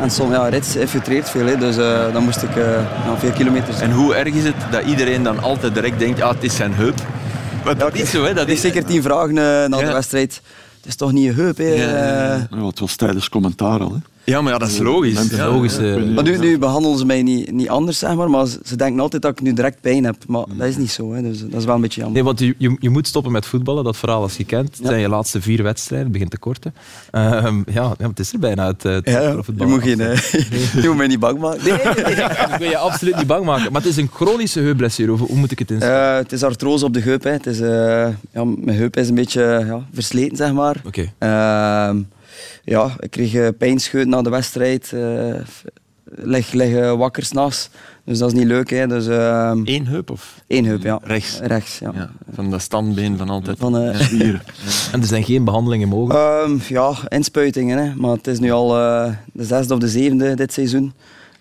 Speaker 4: En soms, ja, Rits infiltreert veel, hè, dus eh, dan moest ik eh nou, veel kilometers.
Speaker 6: En hoe erg is het dat iedereen dan altijd direct denkt: ah, het is zijn heup? Want dat is zo, hè? Dat
Speaker 4: Ik kreeg
Speaker 6: is
Speaker 4: zeker tien vragen eh, na
Speaker 6: Ja.
Speaker 4: de wedstrijd. Het is toch niet je heup, hè?
Speaker 6: Ja, ja, ja.
Speaker 4: eh.
Speaker 7: Ja, het was tijdens commentaar al. Hè.
Speaker 6: Ja, maar ja, dat is logisch.
Speaker 7: Mensen-
Speaker 6: Ja.
Speaker 3: logisch, eh.
Speaker 7: kun je-
Speaker 4: Maar nu, nu behandelen ze mij niet, niet anders, zeg maar, maar ze, ze denken altijd dat ik nu direct pijn heb. Maar dat is niet zo, hè, dus dat is wel een beetje jammer.
Speaker 3: Nee, want je, je, je moet stoppen met voetballen, dat verhaal als je kent. Het zijn je laatste vier wedstrijden, het begint te korten. Ehm, ja, ja, maar het is er bijna het, eh, het
Speaker 4: Ja, ja, je
Speaker 3: profvoetbal.
Speaker 4: moet, geen, eh, je moet mij niet bang maken. Nee, nee, nee.
Speaker 3: Ik wil je absoluut niet bang maken. Maar het is een chronische heupblessure, hoe, hoe moet ik het in? Oké.
Speaker 4: Eh, het is artrose op de heup. Hè. Het is, eh, ja, mijn heup is een beetje ja, versleten, zeg maar. Ehm, ja, ik kreeg eh, pijnscheut na de wedstrijd. eh, f- lig, lig eh, wakker s'nachts. Dus dat is niet leuk. Hè. Dus, ehm
Speaker 6: Eén heup of
Speaker 4: één heup, ja.
Speaker 6: rechts?
Speaker 4: Rechts, ja.
Speaker 6: Ja, van dat standbeen van altijd.
Speaker 4: Van, eh,
Speaker 7: Hier.
Speaker 3: En er zijn geen behandelingen mogelijk.
Speaker 4: Ehm, ja, inspuitingen. Hè. Maar het is nu al eh, de zesde of de zevende dit seizoen.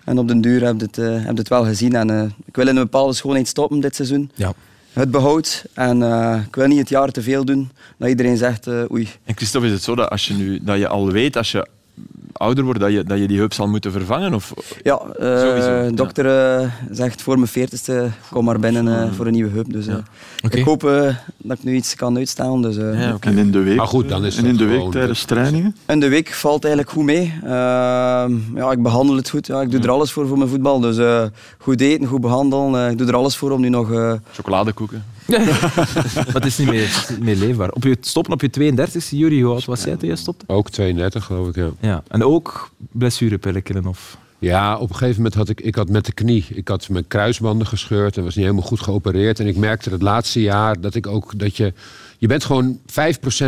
Speaker 4: En op den duur heb je het, eh, heb je het wel gezien. En, eh, ik wil in een bepaalde schoonheid stoppen dit seizoen.
Speaker 3: Ja.
Speaker 4: Het behoud. En eh, ik wil niet het jaar te veel doen. Dat iedereen zegt, eh, oei.
Speaker 6: En Christophe, is het zo dat, als je nu, dat je al weet, als je ouder wordt, dat je, dat je die heup zal moeten vervangen? Of,
Speaker 4: Ja, eh,
Speaker 6: Sowieso, ja.
Speaker 4: de dokter eh, zegt voor mijn veertigste, kom maar binnen eh, voor een nieuwe hub. Dus, eh,
Speaker 3: Oké.
Speaker 4: Ik hoop eh, dat ik nu iets kan uitstaan. Dus, eh,
Speaker 6: ja, oké.
Speaker 7: En in de week,
Speaker 6: Ah,
Speaker 5: Maar goed, dan is
Speaker 7: en
Speaker 5: dat
Speaker 7: in de
Speaker 5: gewoon-
Speaker 7: week tijdens trainingen.
Speaker 4: En de week valt eigenlijk goed mee. Ehm, ja, ik behandel het goed. Ja, ik doe er alles voor voor mijn voetbal. Dus eh, goed eten, goed behandelen. Eh, ik doe er alles voor om nu nog... eh,
Speaker 6: Chocoladekoeken.
Speaker 3: Maar het is niet meer, het is niet meer leefbaar. Op je, stoppen op je 32e, Juri, hoe oud was jij toen je stopte?
Speaker 5: Ook 32, geloof ik, ja.
Speaker 3: Ja. En ook blessurepillen of...
Speaker 5: Ja, op een gegeven moment had ik, ik had met de knie, ik had mijn kruisbanden gescheurd en was niet helemaal goed geopereerd. En ik merkte het laatste jaar dat ik ook, dat je, je bent gewoon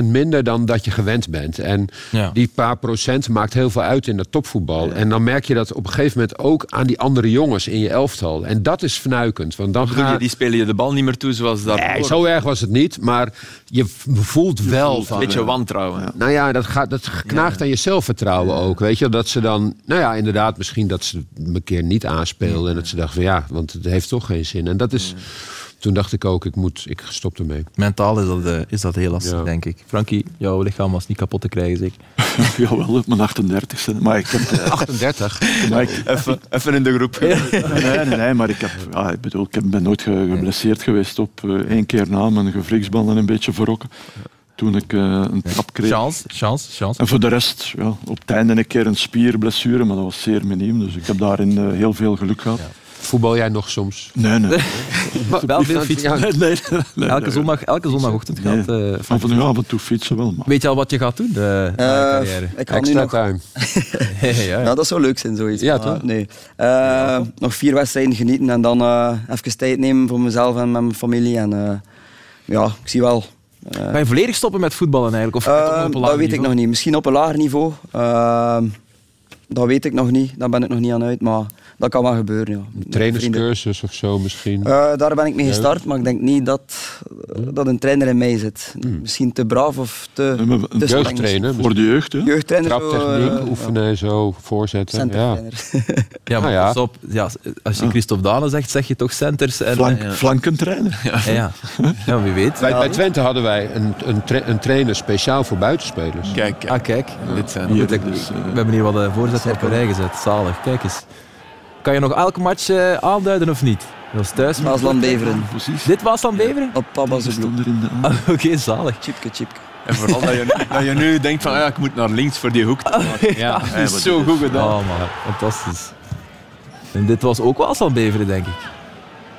Speaker 5: 5% minder dan dat je gewend bent. En
Speaker 3: Ja.
Speaker 5: die paar procent maakt heel veel uit in dat topvoetbal. En dan merk je dat op een gegeven moment ook aan die andere jongens in je elftal. En dat is fnuikend, want dan
Speaker 6: Bedoel
Speaker 5: ga
Speaker 6: je, die spelen je de bal niet meer toe zoals dat...
Speaker 5: Nee, Eh, zo erg was het niet, maar je v- voelt wel
Speaker 6: Een
Speaker 5: van...
Speaker 6: beetje wantrouwen.
Speaker 5: Nou ja, dat, gaat, dat knaagt aan je zelfvertrouwen ook. Weet je, dat ze dan, nou ja, inderdaad, misschien dat ze hem een keer niet aanspeelden. En dat ze dachten van ja, want het heeft toch geen zin. En dat is, toen dacht ik ook, ik moet, ik stop ermee.
Speaker 3: Mentaal is dat, eh, is dat heel lastig,
Speaker 5: Ja.
Speaker 3: denk ik. Frankie, jouw lichaam was niet kapot te krijgen, zeker?
Speaker 7: Jawel, op mijn 38 e Maar ik heb... eh,
Speaker 5: 38.
Speaker 7: maar ik-
Speaker 6: Even, even in de groep.
Speaker 7: nee, nee, nee, maar ik, heb, ja, ik, bedoel, ik heb- ben nooit ge- geblesseerd geweest op eh, één keer na mijn gewrichtsbanden een beetje verrokken. Toen ik eh, een trap kreeg.
Speaker 3: Chance, chance, chance.
Speaker 7: En voor de rest, ja, op het einde een keer een spierblessure, maar dat was zeer miniem. Dus ik heb daarin eh, heel veel geluk gehad.
Speaker 5: Voetbal jij nog soms?
Speaker 7: Nee, nee.
Speaker 3: Wel veel fietsen.
Speaker 5: Ja,
Speaker 7: nee, nee,
Speaker 3: Elke,
Speaker 7: nee.
Speaker 3: zondag, elke zondagochtend gaat... eh,
Speaker 7: Van
Speaker 3: Frankie-
Speaker 7: van af en toe fietsen wel, maar
Speaker 3: Weet je al wat je gaat doen? eh, na je
Speaker 4: eh,
Speaker 3: carrière?
Speaker 4: ik ga nu
Speaker 5: Extra
Speaker 4: nog...
Speaker 5: time.
Speaker 3: ja, ja.
Speaker 4: Ja, Nou, dat zou leuk zijn, zoiets.
Speaker 5: Ja,
Speaker 4: Maar
Speaker 5: toch?
Speaker 4: Nee. Eh, Nog vier wedstrijden genieten en dan eh, even tijd nemen voor mezelf en met mijn familie. En, eh, ja, ik zie wel. Eh,
Speaker 3: Ga je volledig stoppen met voetballen eigenlijk? Of
Speaker 4: Ehm,
Speaker 3: toch op een
Speaker 4: dat
Speaker 3: lager
Speaker 4: weet ik
Speaker 3: niveau?
Speaker 4: nog niet. Misschien op een lager niveau. Ehm, dat weet ik nog niet. Daar ben ik nog niet aan uit. Maar dat kan wel gebeuren. Ja. Met vrienden.
Speaker 5: Trainerscursus of zo misschien.
Speaker 4: Eh, daar ben ik mee gestart, maar ik denk niet dat, dat een trainer in mij zit.
Speaker 3: Hm.
Speaker 4: Misschien te braaf of te,
Speaker 7: Nee, maar een
Speaker 4: te streng.
Speaker 5: Jeugdtrainer,
Speaker 7: voor de jeugd, hè.
Speaker 4: Jeugdtrainer.
Speaker 5: traptechniek,
Speaker 4: zo, eh,
Speaker 5: oefenen en zo, voorzetten. Ja.
Speaker 4: centertrainer.
Speaker 3: Ja, maar
Speaker 5: Ah, ja.
Speaker 3: pas op. Ja, als je Christophe Dane zegt, zeg je toch centers en...
Speaker 7: Flank,
Speaker 3: Ja,
Speaker 7: flankentrainer.
Speaker 3: ja. ja, wie weet. Ah,
Speaker 5: Bij, bij Twente hadden wij een, een, tra- een trainer speciaal voor buitenspelers.
Speaker 6: Kijk, kijk.
Speaker 3: Ah, kijk.
Speaker 6: dit zijn...
Speaker 7: Hier,
Speaker 3: Goed, ik-
Speaker 7: dus, eh,
Speaker 3: we hebben hier wat eh, voorzetten op een rij gezet. Zalig. Kijk eens. Kan je nog elke match eh, aanduiden of niet? Dat was thuis. maar-
Speaker 4: Maasland Beveren.
Speaker 7: Precies.
Speaker 3: Dit was dan Beveren?
Speaker 4: Op Papa's
Speaker 7: Ze
Speaker 4: bloed.
Speaker 7: stond er in eh, de
Speaker 3: Ah, Oké, zalig.
Speaker 4: Chipke, chipke.
Speaker 6: En vooral dat je, nu- dat je nu denkt van, ah ja, ik moet naar links voor die hoek. te maken.
Speaker 5: Ja.
Speaker 6: Dat is zo goed gedaan.
Speaker 3: Oh man, fantastisch. En dit was ook wel van Beveren, denk ik.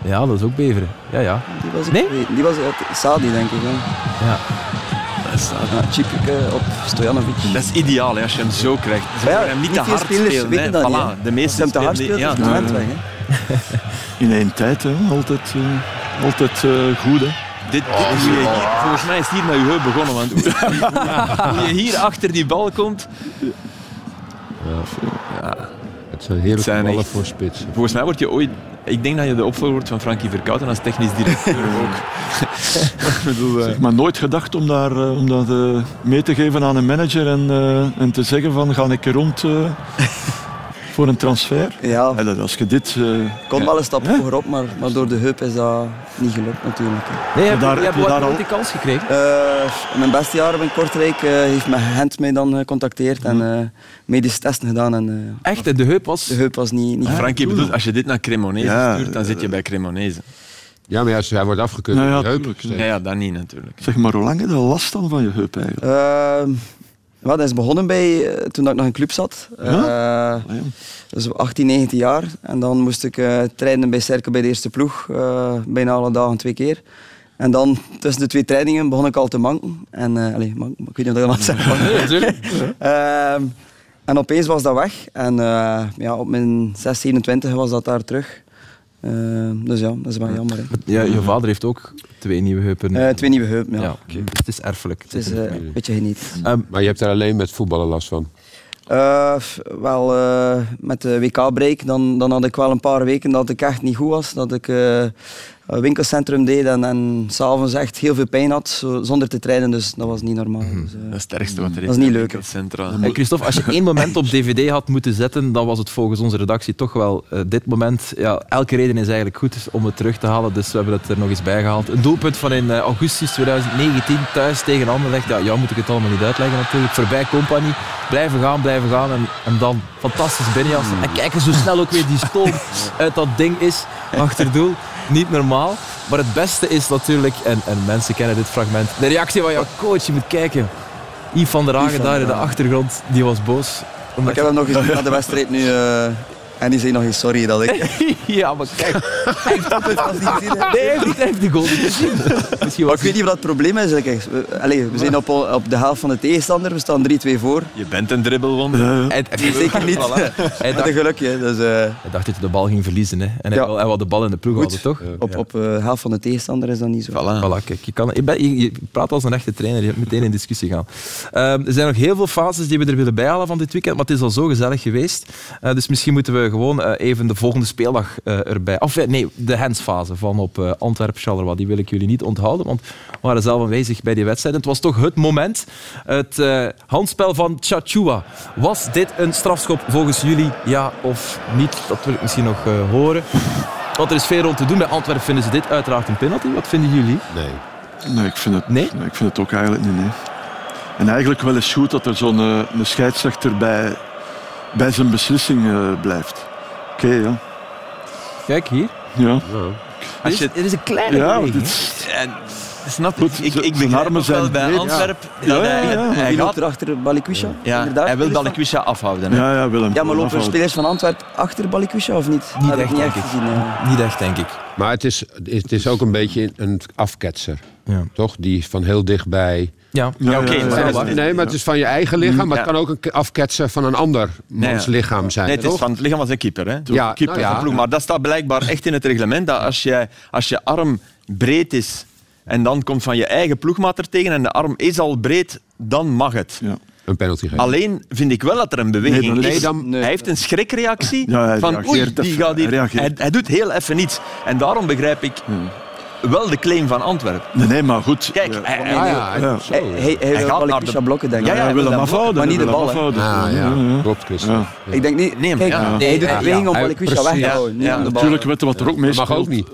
Speaker 3: Ja, dat is ook Beveren. Ja, ja.
Speaker 4: Die was ik
Speaker 3: Nee?
Speaker 4: vergeten. Die was uit Sadi, denk ik. Hè.
Speaker 3: ja.
Speaker 4: Ja, chipke op Stojanovic.
Speaker 6: Dat is ideaal hè, als je hem zo krijgt. Ze
Speaker 4: Maar ja,
Speaker 6: kunnen hem niet te
Speaker 4: niet veel
Speaker 6: hard
Speaker 4: spelers
Speaker 6: spelen.
Speaker 4: weten
Speaker 6: hè.
Speaker 4: dat niet,
Speaker 6: Voilà,
Speaker 4: hè.
Speaker 6: de meeste
Speaker 4: Als je hem te hard
Speaker 6: spelen
Speaker 4: speelt,
Speaker 6: die-
Speaker 4: is het moment
Speaker 6: ja.
Speaker 4: weg. Hè.
Speaker 7: In één tijd, hè. Altijd, eh, altijd eh, goed, hè.
Speaker 6: Dit, dit is hoe je hier, volgens mij is het hier met je heup begonnen. Want hoe, hoe je hier achter die bal komt.
Speaker 5: Het zijn heerlijke
Speaker 6: Zijn
Speaker 5: ballen
Speaker 6: echt-
Speaker 5: voor spitsen.
Speaker 6: Volgens mij word je ooit. Ik denk dat je de opvolger wordt van Frankie Verkouten als technisch directeur ook. Ik bedoel, eh,
Speaker 7: Maar nooit gedacht om, daar, eh, om dat eh, mee te geven aan een manager en, eh, en te zeggen van ga ik rond eh, voor een transfer.
Speaker 4: Ja,
Speaker 7: Ja, dat- als je dit... eh,
Speaker 4: kon wel een stap voorop, maar, maar door de heup is dat niet gelukt natuurlijk. hè.
Speaker 3: Nee, heb,
Speaker 7: daar-
Speaker 3: je
Speaker 7: heb
Speaker 3: hebt
Speaker 7: je
Speaker 3: wat
Speaker 7: daar al-
Speaker 3: nooit die kans gekregen.
Speaker 4: Eh, in mijn beste jaren in Kortrijk eh, heeft mijn hand mij dan gecontacteerd en eh medische testen gedaan. En, eh,
Speaker 3: Echt, hè, de heup was...
Speaker 4: de heup was niet, niet goed.
Speaker 6: Frankie bedoelt, als je dit naar Cremonese
Speaker 7: Ja,
Speaker 6: stuurt, dan zit je bij Cremonese.
Speaker 5: Ja, maar ja, ze- hij wordt afgekeurd.
Speaker 7: Nou ja,
Speaker 5: op de heup.
Speaker 7: tuurlijk,
Speaker 6: Ja, ja, dat niet natuurlijk.
Speaker 7: Zeg maar, hoe lang heb je last dan van je heup eigenlijk?
Speaker 4: Ehm, Ja, dat is begonnen bij, eh, toen dat ik nog in club zat. Eh,
Speaker 7: Ah, ja.
Speaker 4: dus 18, 19 jaar. En dan moest ik eh, trainen bij Cerkel bij de eerste ploeg. eh, bijna alle dagen twee keer. En dan tussen de twee trainingen begon ik al te manken. En, eh, allee, manken, ik weet niet of ik dat mag zeggen. manken. Ehm, en opeens was dat weg. En eh, ja, op mijn 6, 27 was dat daar terug. Ehm, dus ja, dat is wel jammer. hè.
Speaker 3: Ja, je vader heeft ook twee nieuwe heupen.
Speaker 4: Eh, twee nieuwe heupen, ja.
Speaker 3: Ja, oké. Dus het is erfelijk.
Speaker 4: Het is eh, een beetje geniet.
Speaker 5: Maar je hebt daar alleen met voetballen last van.
Speaker 4: Eh, f- wel, eh, met de WK-break, dan, dan had ik wel een paar weken dat ik echt niet goed was. Dat ik eh, een winkelcentrum deed en, en s'avonds echt heel veel pijn had, zo- zonder te trainen. Dus dat was niet normaal.
Speaker 3: Mhm.
Speaker 4: Dus, eh,
Speaker 6: Dat is het ergste wat er is.
Speaker 4: Dat is niet leuk, hè.
Speaker 6: Centra.
Speaker 3: Eh, Christophe, als je één moment op DVD had moeten zetten, dan was het volgens onze redactie toch wel eh, dit moment. Ja, elke reden is eigenlijk goed om het terug te halen, dus we hebben het er nog eens bij gehaald. Een doelpunt van in eh, augustus 2019 thuis tegen Anderlecht. Ja, jou moet ik het allemaal niet uitleggen natuurlijk. Voorbij Company, blijven gaan, blijven gaan en, en dan fantastisch binnenjassen. En kijken zo snel ook weer die stoom uit dat ding is achter doel. Niet normaal. Maar het beste is natuurlijk, en, en mensen kennen dit fragment, de reactie van jouw coach. Je moet kijken. Yves van der
Speaker 4: Yves
Speaker 3: Hagen
Speaker 4: van
Speaker 3: daar
Speaker 4: der
Speaker 3: in de
Speaker 4: Hagen.
Speaker 3: achtergrond, die was boos. Omdat
Speaker 4: ik heb hem nog eens na de wedstrijd nu... eh, en die zei nog eens sorry dat ik...
Speaker 3: Ja, maar kijk.
Speaker 4: Dat was niet gezien, hè.
Speaker 3: Nee, hij heeft- hij heeft de goal niet gezien. Misschien
Speaker 4: Maar
Speaker 3: was
Speaker 4: ik weet niet wat het probleem is. Kijk, we, allee, we zijn op, op de helft van de tegenstander, we staan 3-2 voor.
Speaker 6: Je bent een dribbelwonder.
Speaker 7: Ja, ja.
Speaker 3: hij, hij-
Speaker 4: Zeker niet.
Speaker 3: Voilà. Hij,
Speaker 4: Met
Speaker 3: dacht,
Speaker 4: een gelukje. Dus, eh,
Speaker 3: hij dacht dat hij de bal ging verliezen. Hè. En hij,
Speaker 4: Ja.
Speaker 3: wil- hij wil de bal in de ploeg
Speaker 4: Goed.
Speaker 3: houden, toch?
Speaker 4: op,
Speaker 3: Ja.
Speaker 4: op eh, de helft van de tegenstander is dat niet zo.
Speaker 6: Voilà.
Speaker 3: Voilà, kijk, je, kan, je, bent- je- je praat als een echte trainer, je hebt meteen in discussie gaan. Ehm, er zijn nog heel veel fases die we er willen bijhalen van dit weekend, maar het is al zo gezellig geweest. Eh, dus misschien moeten we gewoon eh, even de volgende speeldag eh, erbij... Of eh, nee, de handsfase van op eh antwerp charleroi die wil ik jullie niet onthouden, want we waren zelf aanwezig bij die wedstrijd. Het was toch het moment, het eh, handspel van Chachua. Was dit een strafschop volgens jullie, ja of niet? Dat wil ik misschien nog eh, horen. Want er is veel rond te doen. Bij Antwerpen vinden ze dit uiteraard een penalty. Wat vinden jullie?
Speaker 5: Nee.
Speaker 7: Nee, ik vind het,
Speaker 3: Nee?
Speaker 7: ik vind het ook eigenlijk niet. Nee. En eigenlijk wel eens goed dat er zo'n eh, een scheidsrechter bij, bij zijn beslissing eh, blijft. Oké, ja.
Speaker 3: Kijk hier.
Speaker 7: ja.
Speaker 6: Als je, eh,
Speaker 3: is een kleine
Speaker 7: Ja,
Speaker 3: beweging,
Speaker 7: dit-
Speaker 6: en, snap
Speaker 7: Goed,
Speaker 6: ik. Ik,
Speaker 7: zijn
Speaker 6: ik begrijp
Speaker 7: armen
Speaker 6: ook wel
Speaker 7: zijn
Speaker 6: bij
Speaker 7: breed,
Speaker 6: Antwerp
Speaker 7: ja.
Speaker 6: dat
Speaker 7: Ja, ja,
Speaker 6: hij,
Speaker 7: ja.
Speaker 6: hij
Speaker 4: Wie
Speaker 6: gaat-
Speaker 4: loopt er achter Balikwisha?
Speaker 6: ja,
Speaker 4: Inderdaad,
Speaker 6: hij wil
Speaker 4: Christophe?
Speaker 6: Balikwisha afhouden. hè.
Speaker 7: ja, ja,
Speaker 4: Ja,
Speaker 7: Willem.
Speaker 4: maar
Speaker 7: Willem
Speaker 4: lopen er
Speaker 7: afhouden.
Speaker 4: spelers van Antwerpen achter Balikwisha of niet?
Speaker 3: Niet
Speaker 4: dat heb
Speaker 3: echt,
Speaker 4: ik niet
Speaker 3: denk
Speaker 4: echt
Speaker 3: ik.
Speaker 4: gezien. eh.
Speaker 3: Niet echt, denk ik.
Speaker 5: Maar het is, het is ook een beetje een afketser.
Speaker 3: Ja.
Speaker 5: Toch? Die van heel dichtbij.
Speaker 3: Ja.
Speaker 7: Ja,
Speaker 6: oké,
Speaker 7: ja,
Speaker 6: maar
Speaker 7: ja,
Speaker 6: dat is
Speaker 7: ja.
Speaker 6: niet-
Speaker 5: Nee, maar het is van je eigen lichaam. Maar het
Speaker 6: Ja.
Speaker 5: kan ook een afketser van een ander mans
Speaker 6: ja.
Speaker 5: lichaam zijn.
Speaker 6: Nee, het is
Speaker 5: toch?
Speaker 6: van het lichaam van zijn keeper. Hè?
Speaker 5: Ja,
Speaker 6: keeper
Speaker 5: nou ja.
Speaker 6: van ploeg. Maar dat staat blijkbaar echt in het reglement dat als je, als je arm breed is en dan komt van je eigen ploegmaat er tegen en de arm is al breed, dan mag het.
Speaker 7: Ja.
Speaker 5: Een penalty geven.
Speaker 6: Alleen vind ik wel dat er een
Speaker 7: Nee,
Speaker 6: beweging
Speaker 7: dan is-
Speaker 6: is.
Speaker 7: Nee,
Speaker 5: dan-
Speaker 4: nee.
Speaker 6: Hij heeft een schrikreactie
Speaker 7: Ja, hij
Speaker 6: van oei,
Speaker 7: reageert
Speaker 6: die
Speaker 7: even.
Speaker 6: gaat hier...
Speaker 7: Hij
Speaker 6: Hij,
Speaker 7: reageert.
Speaker 6: hij doet heel even niets. En daarom begrijp ik wel de claim van Antwerpen.
Speaker 7: Nee, nee, maar goed.
Speaker 6: Kijk,
Speaker 7: ja.
Speaker 6: hij, hij-
Speaker 5: Ah, ja,
Speaker 7: Ja.
Speaker 5: zo,
Speaker 4: Hij,
Speaker 5: ja.
Speaker 4: hij, hij
Speaker 6: gaat
Speaker 4: wil
Speaker 6: naar
Speaker 4: Balikwisha
Speaker 6: de-
Speaker 4: blokken, denk ik.
Speaker 6: Ja, ja,
Speaker 7: hij
Speaker 6: hij wil
Speaker 7: wil hem
Speaker 6: hem
Speaker 7: afhouden.
Speaker 4: maar niet de
Speaker 7: hij wil hem
Speaker 4: bal, hè.
Speaker 7: afhouden.
Speaker 5: Ah,
Speaker 7: Ja, ja.
Speaker 5: ja. Klopt, Christophe.
Speaker 7: Ja.
Speaker 4: Ik denk niet...
Speaker 6: Nee, maar
Speaker 4: kijk,
Speaker 6: ja.
Speaker 4: nee, hij doet
Speaker 6: Ja,
Speaker 4: een beweging om
Speaker 5: ja,
Speaker 4: Balikwisha
Speaker 5: precies.
Speaker 4: weg te houden. Niet
Speaker 6: Ja,
Speaker 4: aan de bal.
Speaker 7: Natuurlijk weten wat er ook
Speaker 5: Dat
Speaker 7: meespeelt.
Speaker 5: mag ook niet.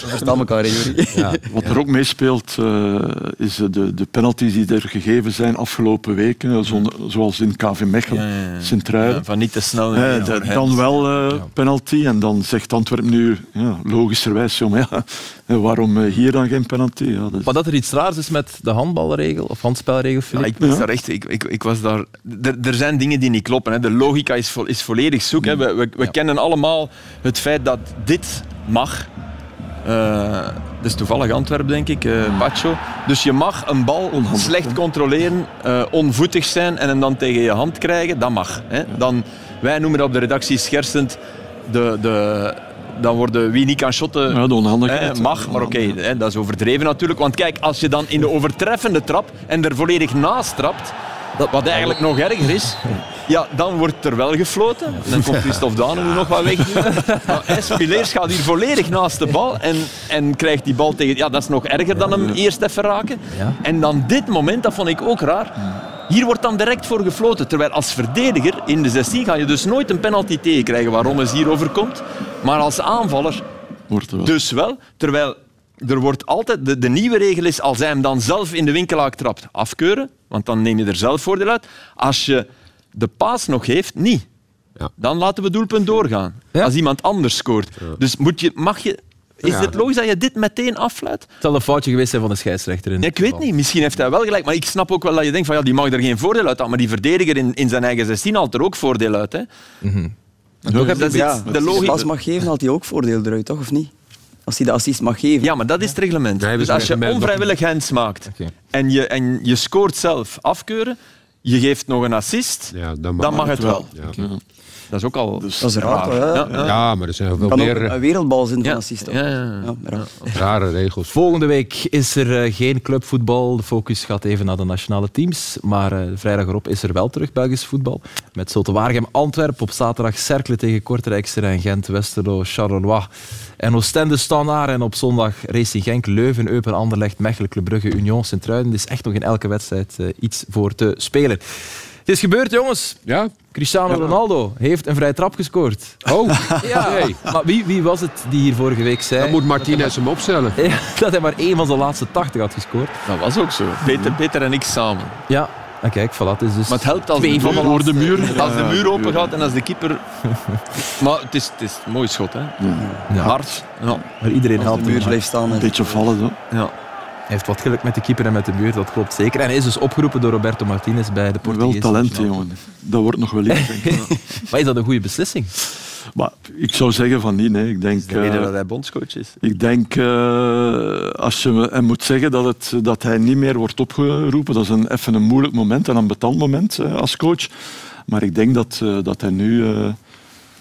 Speaker 4: We verstaan elkaar, hè, Juri.
Speaker 7: Wat er ook meespeelt eh, is de, de penalties die er gegeven zijn afgelopen weken, eh, zon- zoals in KV Mechelen,
Speaker 6: Ja, ja, ja.
Speaker 7: Sint-Truiden.
Speaker 6: van niet te snel.
Speaker 7: Eh,
Speaker 6: naar-
Speaker 7: de-
Speaker 6: naar-
Speaker 7: dan wel eh, penalty en dan zegt Antwerpen nu ja, logischerwijs, ja, maar ja, eh, waarom eh, hier dan geen penalty? Ja, dat is-
Speaker 3: Maar dat er iets raars is met de handbalregel of handspelregel,
Speaker 6: Ja,
Speaker 3: Filip.
Speaker 6: Nou, ik, was daar echt, ik, ik, ik was daar... Er, er zijn dingen die niet kloppen. Hè. De logica is, vo- is volledig zoek.
Speaker 7: Mm.
Speaker 6: Hè. We, we, we
Speaker 3: Ja.
Speaker 6: kennen allemaal het feit dat dit mag. Eh dat is toevallig Antwerp, denk ik.
Speaker 7: Mm.
Speaker 6: eh Pacho. Dus je mag een bal slecht controleren, eh, onvoetig zijn en hem dan tegen je hand krijgen. Dat mag. Hè. Dan, wij noemen dat op de redactie schersend de... de dan worden wie niet kan shotten,
Speaker 7: Ja, de onhandigheid.
Speaker 6: eh, mag, maar oké, hè, dat is overdreven natuurlijk. Want kijk, als je dan in de overtreffende trap en er volledig naast trapt, wat eigenlijk nog erger is, ja, dan wordt er wel gefloten. Dan komt Christophe Dane nu nog wat weg. Maar hè, Spileers gaat hier volledig naast de bal en, en krijgt die bal tegen... Ja, dat is nog erger dan hem eerst even raken.
Speaker 3: Ja.
Speaker 6: En dan dit moment, dat vond ik ook raar. Hier wordt dan direct voor gefloten. Terwijl als verdediger in de 16 ga je dus nooit een penalty tegenkrijgen waarom het hierover komt. Maar als aanvaller
Speaker 7: Wordt er wel.
Speaker 6: dus wel, terwijl er wordt altijd, de, de nieuwe regel is, als hij hem dan zelf in de winkelaak trapt, afkeuren, want dan neem je er zelf voordeel uit. Als je de paas nog heeft, niet.
Speaker 5: Ja.
Speaker 6: Dan laten we doelpunt doorgaan.
Speaker 3: Ja.
Speaker 6: Als iemand anders scoort. Dus moet je, mag je Is
Speaker 5: Ja.
Speaker 6: het logisch dat je dit meteen afluit?
Speaker 3: Het zal een foutje geweest zijn van de scheidsrechter. In
Speaker 6: Ik weet niet, misschien heeft hij wel gelijk. Maar ik snap ook wel dat je denkt van ja, die mag er geen voordeel uit halen. Maar die verdediger in, in zijn eigen 16 haalt er ook voordeel uit. Hè?
Speaker 7: Dus,
Speaker 6: Dat is
Speaker 4: Ja,
Speaker 6: de
Speaker 4: als hij
Speaker 6: logica.
Speaker 4: pas mag geven, haalt hij ook voordeel eruit, toch? Of niet? Als hij de assist mag geven.
Speaker 6: Ja, maar dat is het reglement.
Speaker 5: Nee, dat is
Speaker 6: dus als je
Speaker 5: reglement.
Speaker 6: onvrijwillig hands maakt
Speaker 2: Oké.
Speaker 6: en, je, en je scoort zelf afkeuren, je geeft nog een assist,
Speaker 5: Ja, dan mag,
Speaker 6: dan mag het wel.
Speaker 5: Ja.
Speaker 6: Dat is ook al...
Speaker 4: Dat is raar, toch, hè?
Speaker 6: Ja, ja.
Speaker 5: Ja, maar er zijn wel
Speaker 4: Kan ook
Speaker 5: meer eh,
Speaker 4: een wereldbal zijn van
Speaker 6: Ja,
Speaker 4: assist. toch?
Speaker 6: ja, ja.
Speaker 4: Ja, raar.
Speaker 5: rare regels.
Speaker 3: Volgende week is er eh, geen clubvoetbal. De focus gaat even naar de nationale teams. Maar eh, vrijdag erop is er wel terug Belgisch voetbal. Met Zulte Waregem Antwerpen. Op zaterdag Cercle tegen Kortrijk, en Gent, Westerlo, Charleroi. En Oostende Standaard. En op zondag Racing Genk, Leuven, Eupen, Anderlecht, Mechelen, Club Brugge, Union, Sint-Truiden. Er is echt nog in elke wedstrijd eh, iets voor te spelen. Het is gebeurd, jongens.
Speaker 5: Ja?
Speaker 3: Cristiano Ronaldo heeft een vrije trap gescoord.
Speaker 5: Oh,
Speaker 3: Ja, maar wie, wie was het die hier vorige week zei...
Speaker 5: dan moet Martinez hem opstellen.
Speaker 3: Ja, dat hij maar één van zijn laatste 80 had gescoord.
Speaker 6: Dat was ook zo. Peter, Peter en ik samen.
Speaker 3: Ja, en kijk, voilà, het is dus...
Speaker 6: Maar het helpt als,
Speaker 3: Twee
Speaker 6: de,
Speaker 3: van de
Speaker 6: muur,
Speaker 7: Door de muur.
Speaker 6: als de
Speaker 7: Ja,
Speaker 6: muur open gaat en als de keeper... Maar het is, het is een mooi schot, hè.
Speaker 3: Ja.
Speaker 6: Hard. Ja.
Speaker 3: maar iedereen
Speaker 4: Als de
Speaker 3: helpt
Speaker 4: muur
Speaker 3: hem. Hij
Speaker 4: blijft staan.
Speaker 7: Een
Speaker 4: hè.
Speaker 7: beetje vallen. Zo.
Speaker 3: heeft wat geluk met de keeper en met de buurt, dat klopt zeker. En hij is dus opgeroepen door Roberto Martinez bij de
Speaker 7: Maar wel
Speaker 3: Portugese
Speaker 7: talent,
Speaker 3: nationale-
Speaker 7: jongen. Dat wordt nog wel iets. denk ik.
Speaker 3: Maar is dat een goede beslissing?
Speaker 7: Maar ik zou zeggen van niet. Nee. Ik denk,
Speaker 6: De reden
Speaker 7: eh,
Speaker 6: dat hij bondscoach is.
Speaker 7: Ik denk, eh, als je hem moet zeggen dat, het, dat hij niet meer wordt opgeroepen, dat is een, even een moeilijk moment en een betaald moment eh, als coach. Maar ik denk dat, eh, dat hij nu eh,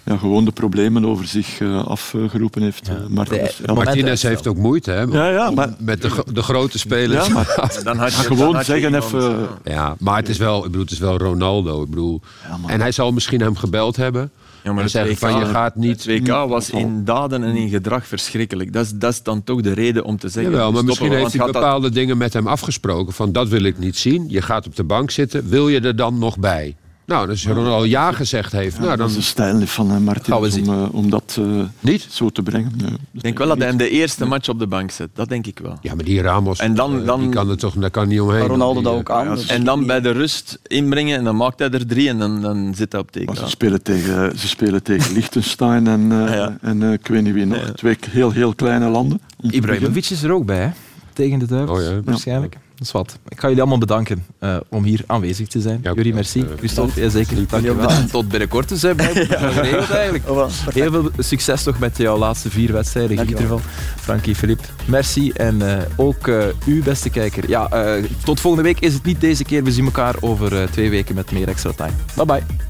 Speaker 7: ja, gewoon de problemen over zich eh, afgeroepen heeft. eh, Martinez.
Speaker 3: De-
Speaker 7: Ja, maar,
Speaker 5: Martinez heeft ook moeite, hè?
Speaker 7: ja, ja, maar,
Speaker 5: Met de, gro- de grote spelers.
Speaker 7: ja, maar
Speaker 6: Dan had je,
Speaker 7: gewoon
Speaker 6: dan had je
Speaker 7: zeggen
Speaker 6: iemand,
Speaker 7: even...
Speaker 6: ja.
Speaker 5: Ja, maar het is wel, ik bedoel, het is wel Ronaldo. Ik bedoel, en hij zal misschien hem gebeld hebben.
Speaker 6: Ja, maar
Speaker 5: en
Speaker 6: het
Speaker 5: zeggen
Speaker 6: WK
Speaker 5: van je gaat
Speaker 6: Het
Speaker 5: niet.
Speaker 6: WK was in daden en in gedrag verschrikkelijk. Dat is, dat is dan toch de reden om te zeggen...
Speaker 5: Jawel, maar
Speaker 6: stoppen,
Speaker 5: misschien
Speaker 6: want
Speaker 5: heeft hij
Speaker 6: gaat dat-
Speaker 5: bepaalde dingen met hem afgesproken. Van dat wil ik niet zien. Je gaat op de bank zitten. Wil je er dan nog bij? Nou, als Ronaldo ja gezegd heeft, nou
Speaker 7: dat
Speaker 5: dan
Speaker 7: is een stijl van eh,
Speaker 3: Gaan we
Speaker 7: Martinez
Speaker 3: zien.
Speaker 7: om, eh, om dat eh,
Speaker 5: niet.
Speaker 7: zo te brengen. Nee, dat
Speaker 6: Ik denk wel dat hij hem de eerste match op de bank zet. Dat denk ik wel.
Speaker 5: Ja, maar die Ramos,
Speaker 6: En dan-
Speaker 5: eh, die
Speaker 6: dan-
Speaker 5: kan er toch daar kan niet omheen.
Speaker 4: Maar Ronaldo
Speaker 5: Die,
Speaker 4: dat
Speaker 5: eh,
Speaker 4: ook aan. dus- dat
Speaker 6: En dan bij de rust inbrengen en dan maakt hij er drie en dan, dan zit hij op het
Speaker 7: Maar ze,
Speaker 6: EK.
Speaker 7: spelen tegen, ze spelen tegen Liechtenstein en, eh,
Speaker 6: ja.
Speaker 7: en eh, ik weet niet wie nog. Twee heel, heel kleine landen. Om te beginnen.
Speaker 3: Ibrahimovic is er ook bij, hè? Tegen de duivels,
Speaker 5: Oh ja.
Speaker 3: waarschijnlijk. Dat is wat. Ik ga jullie allemaal bedanken eh, om hier aanwezig te zijn.
Speaker 5: Ja,
Speaker 3: Jullie,
Speaker 5: bedankt,
Speaker 3: merci.
Speaker 5: eh,
Speaker 3: Christophe, ja, zeker. Dankjewel. Tot binnenkort dus, hè. Blijf geregeld eigenlijk.
Speaker 4: Oh, wel.
Speaker 3: Heel veel succes toch met jouw laatste vier wedstrijden. Geniet
Speaker 4: Dankjewel.
Speaker 3: ervan. Frankie, Filip, merci. En eh, ook eh u, beste kijker. Ja, eh, tot volgende week is het niet deze keer. We zien elkaar over eh, twee weken met meer Extra Time. Bye bye.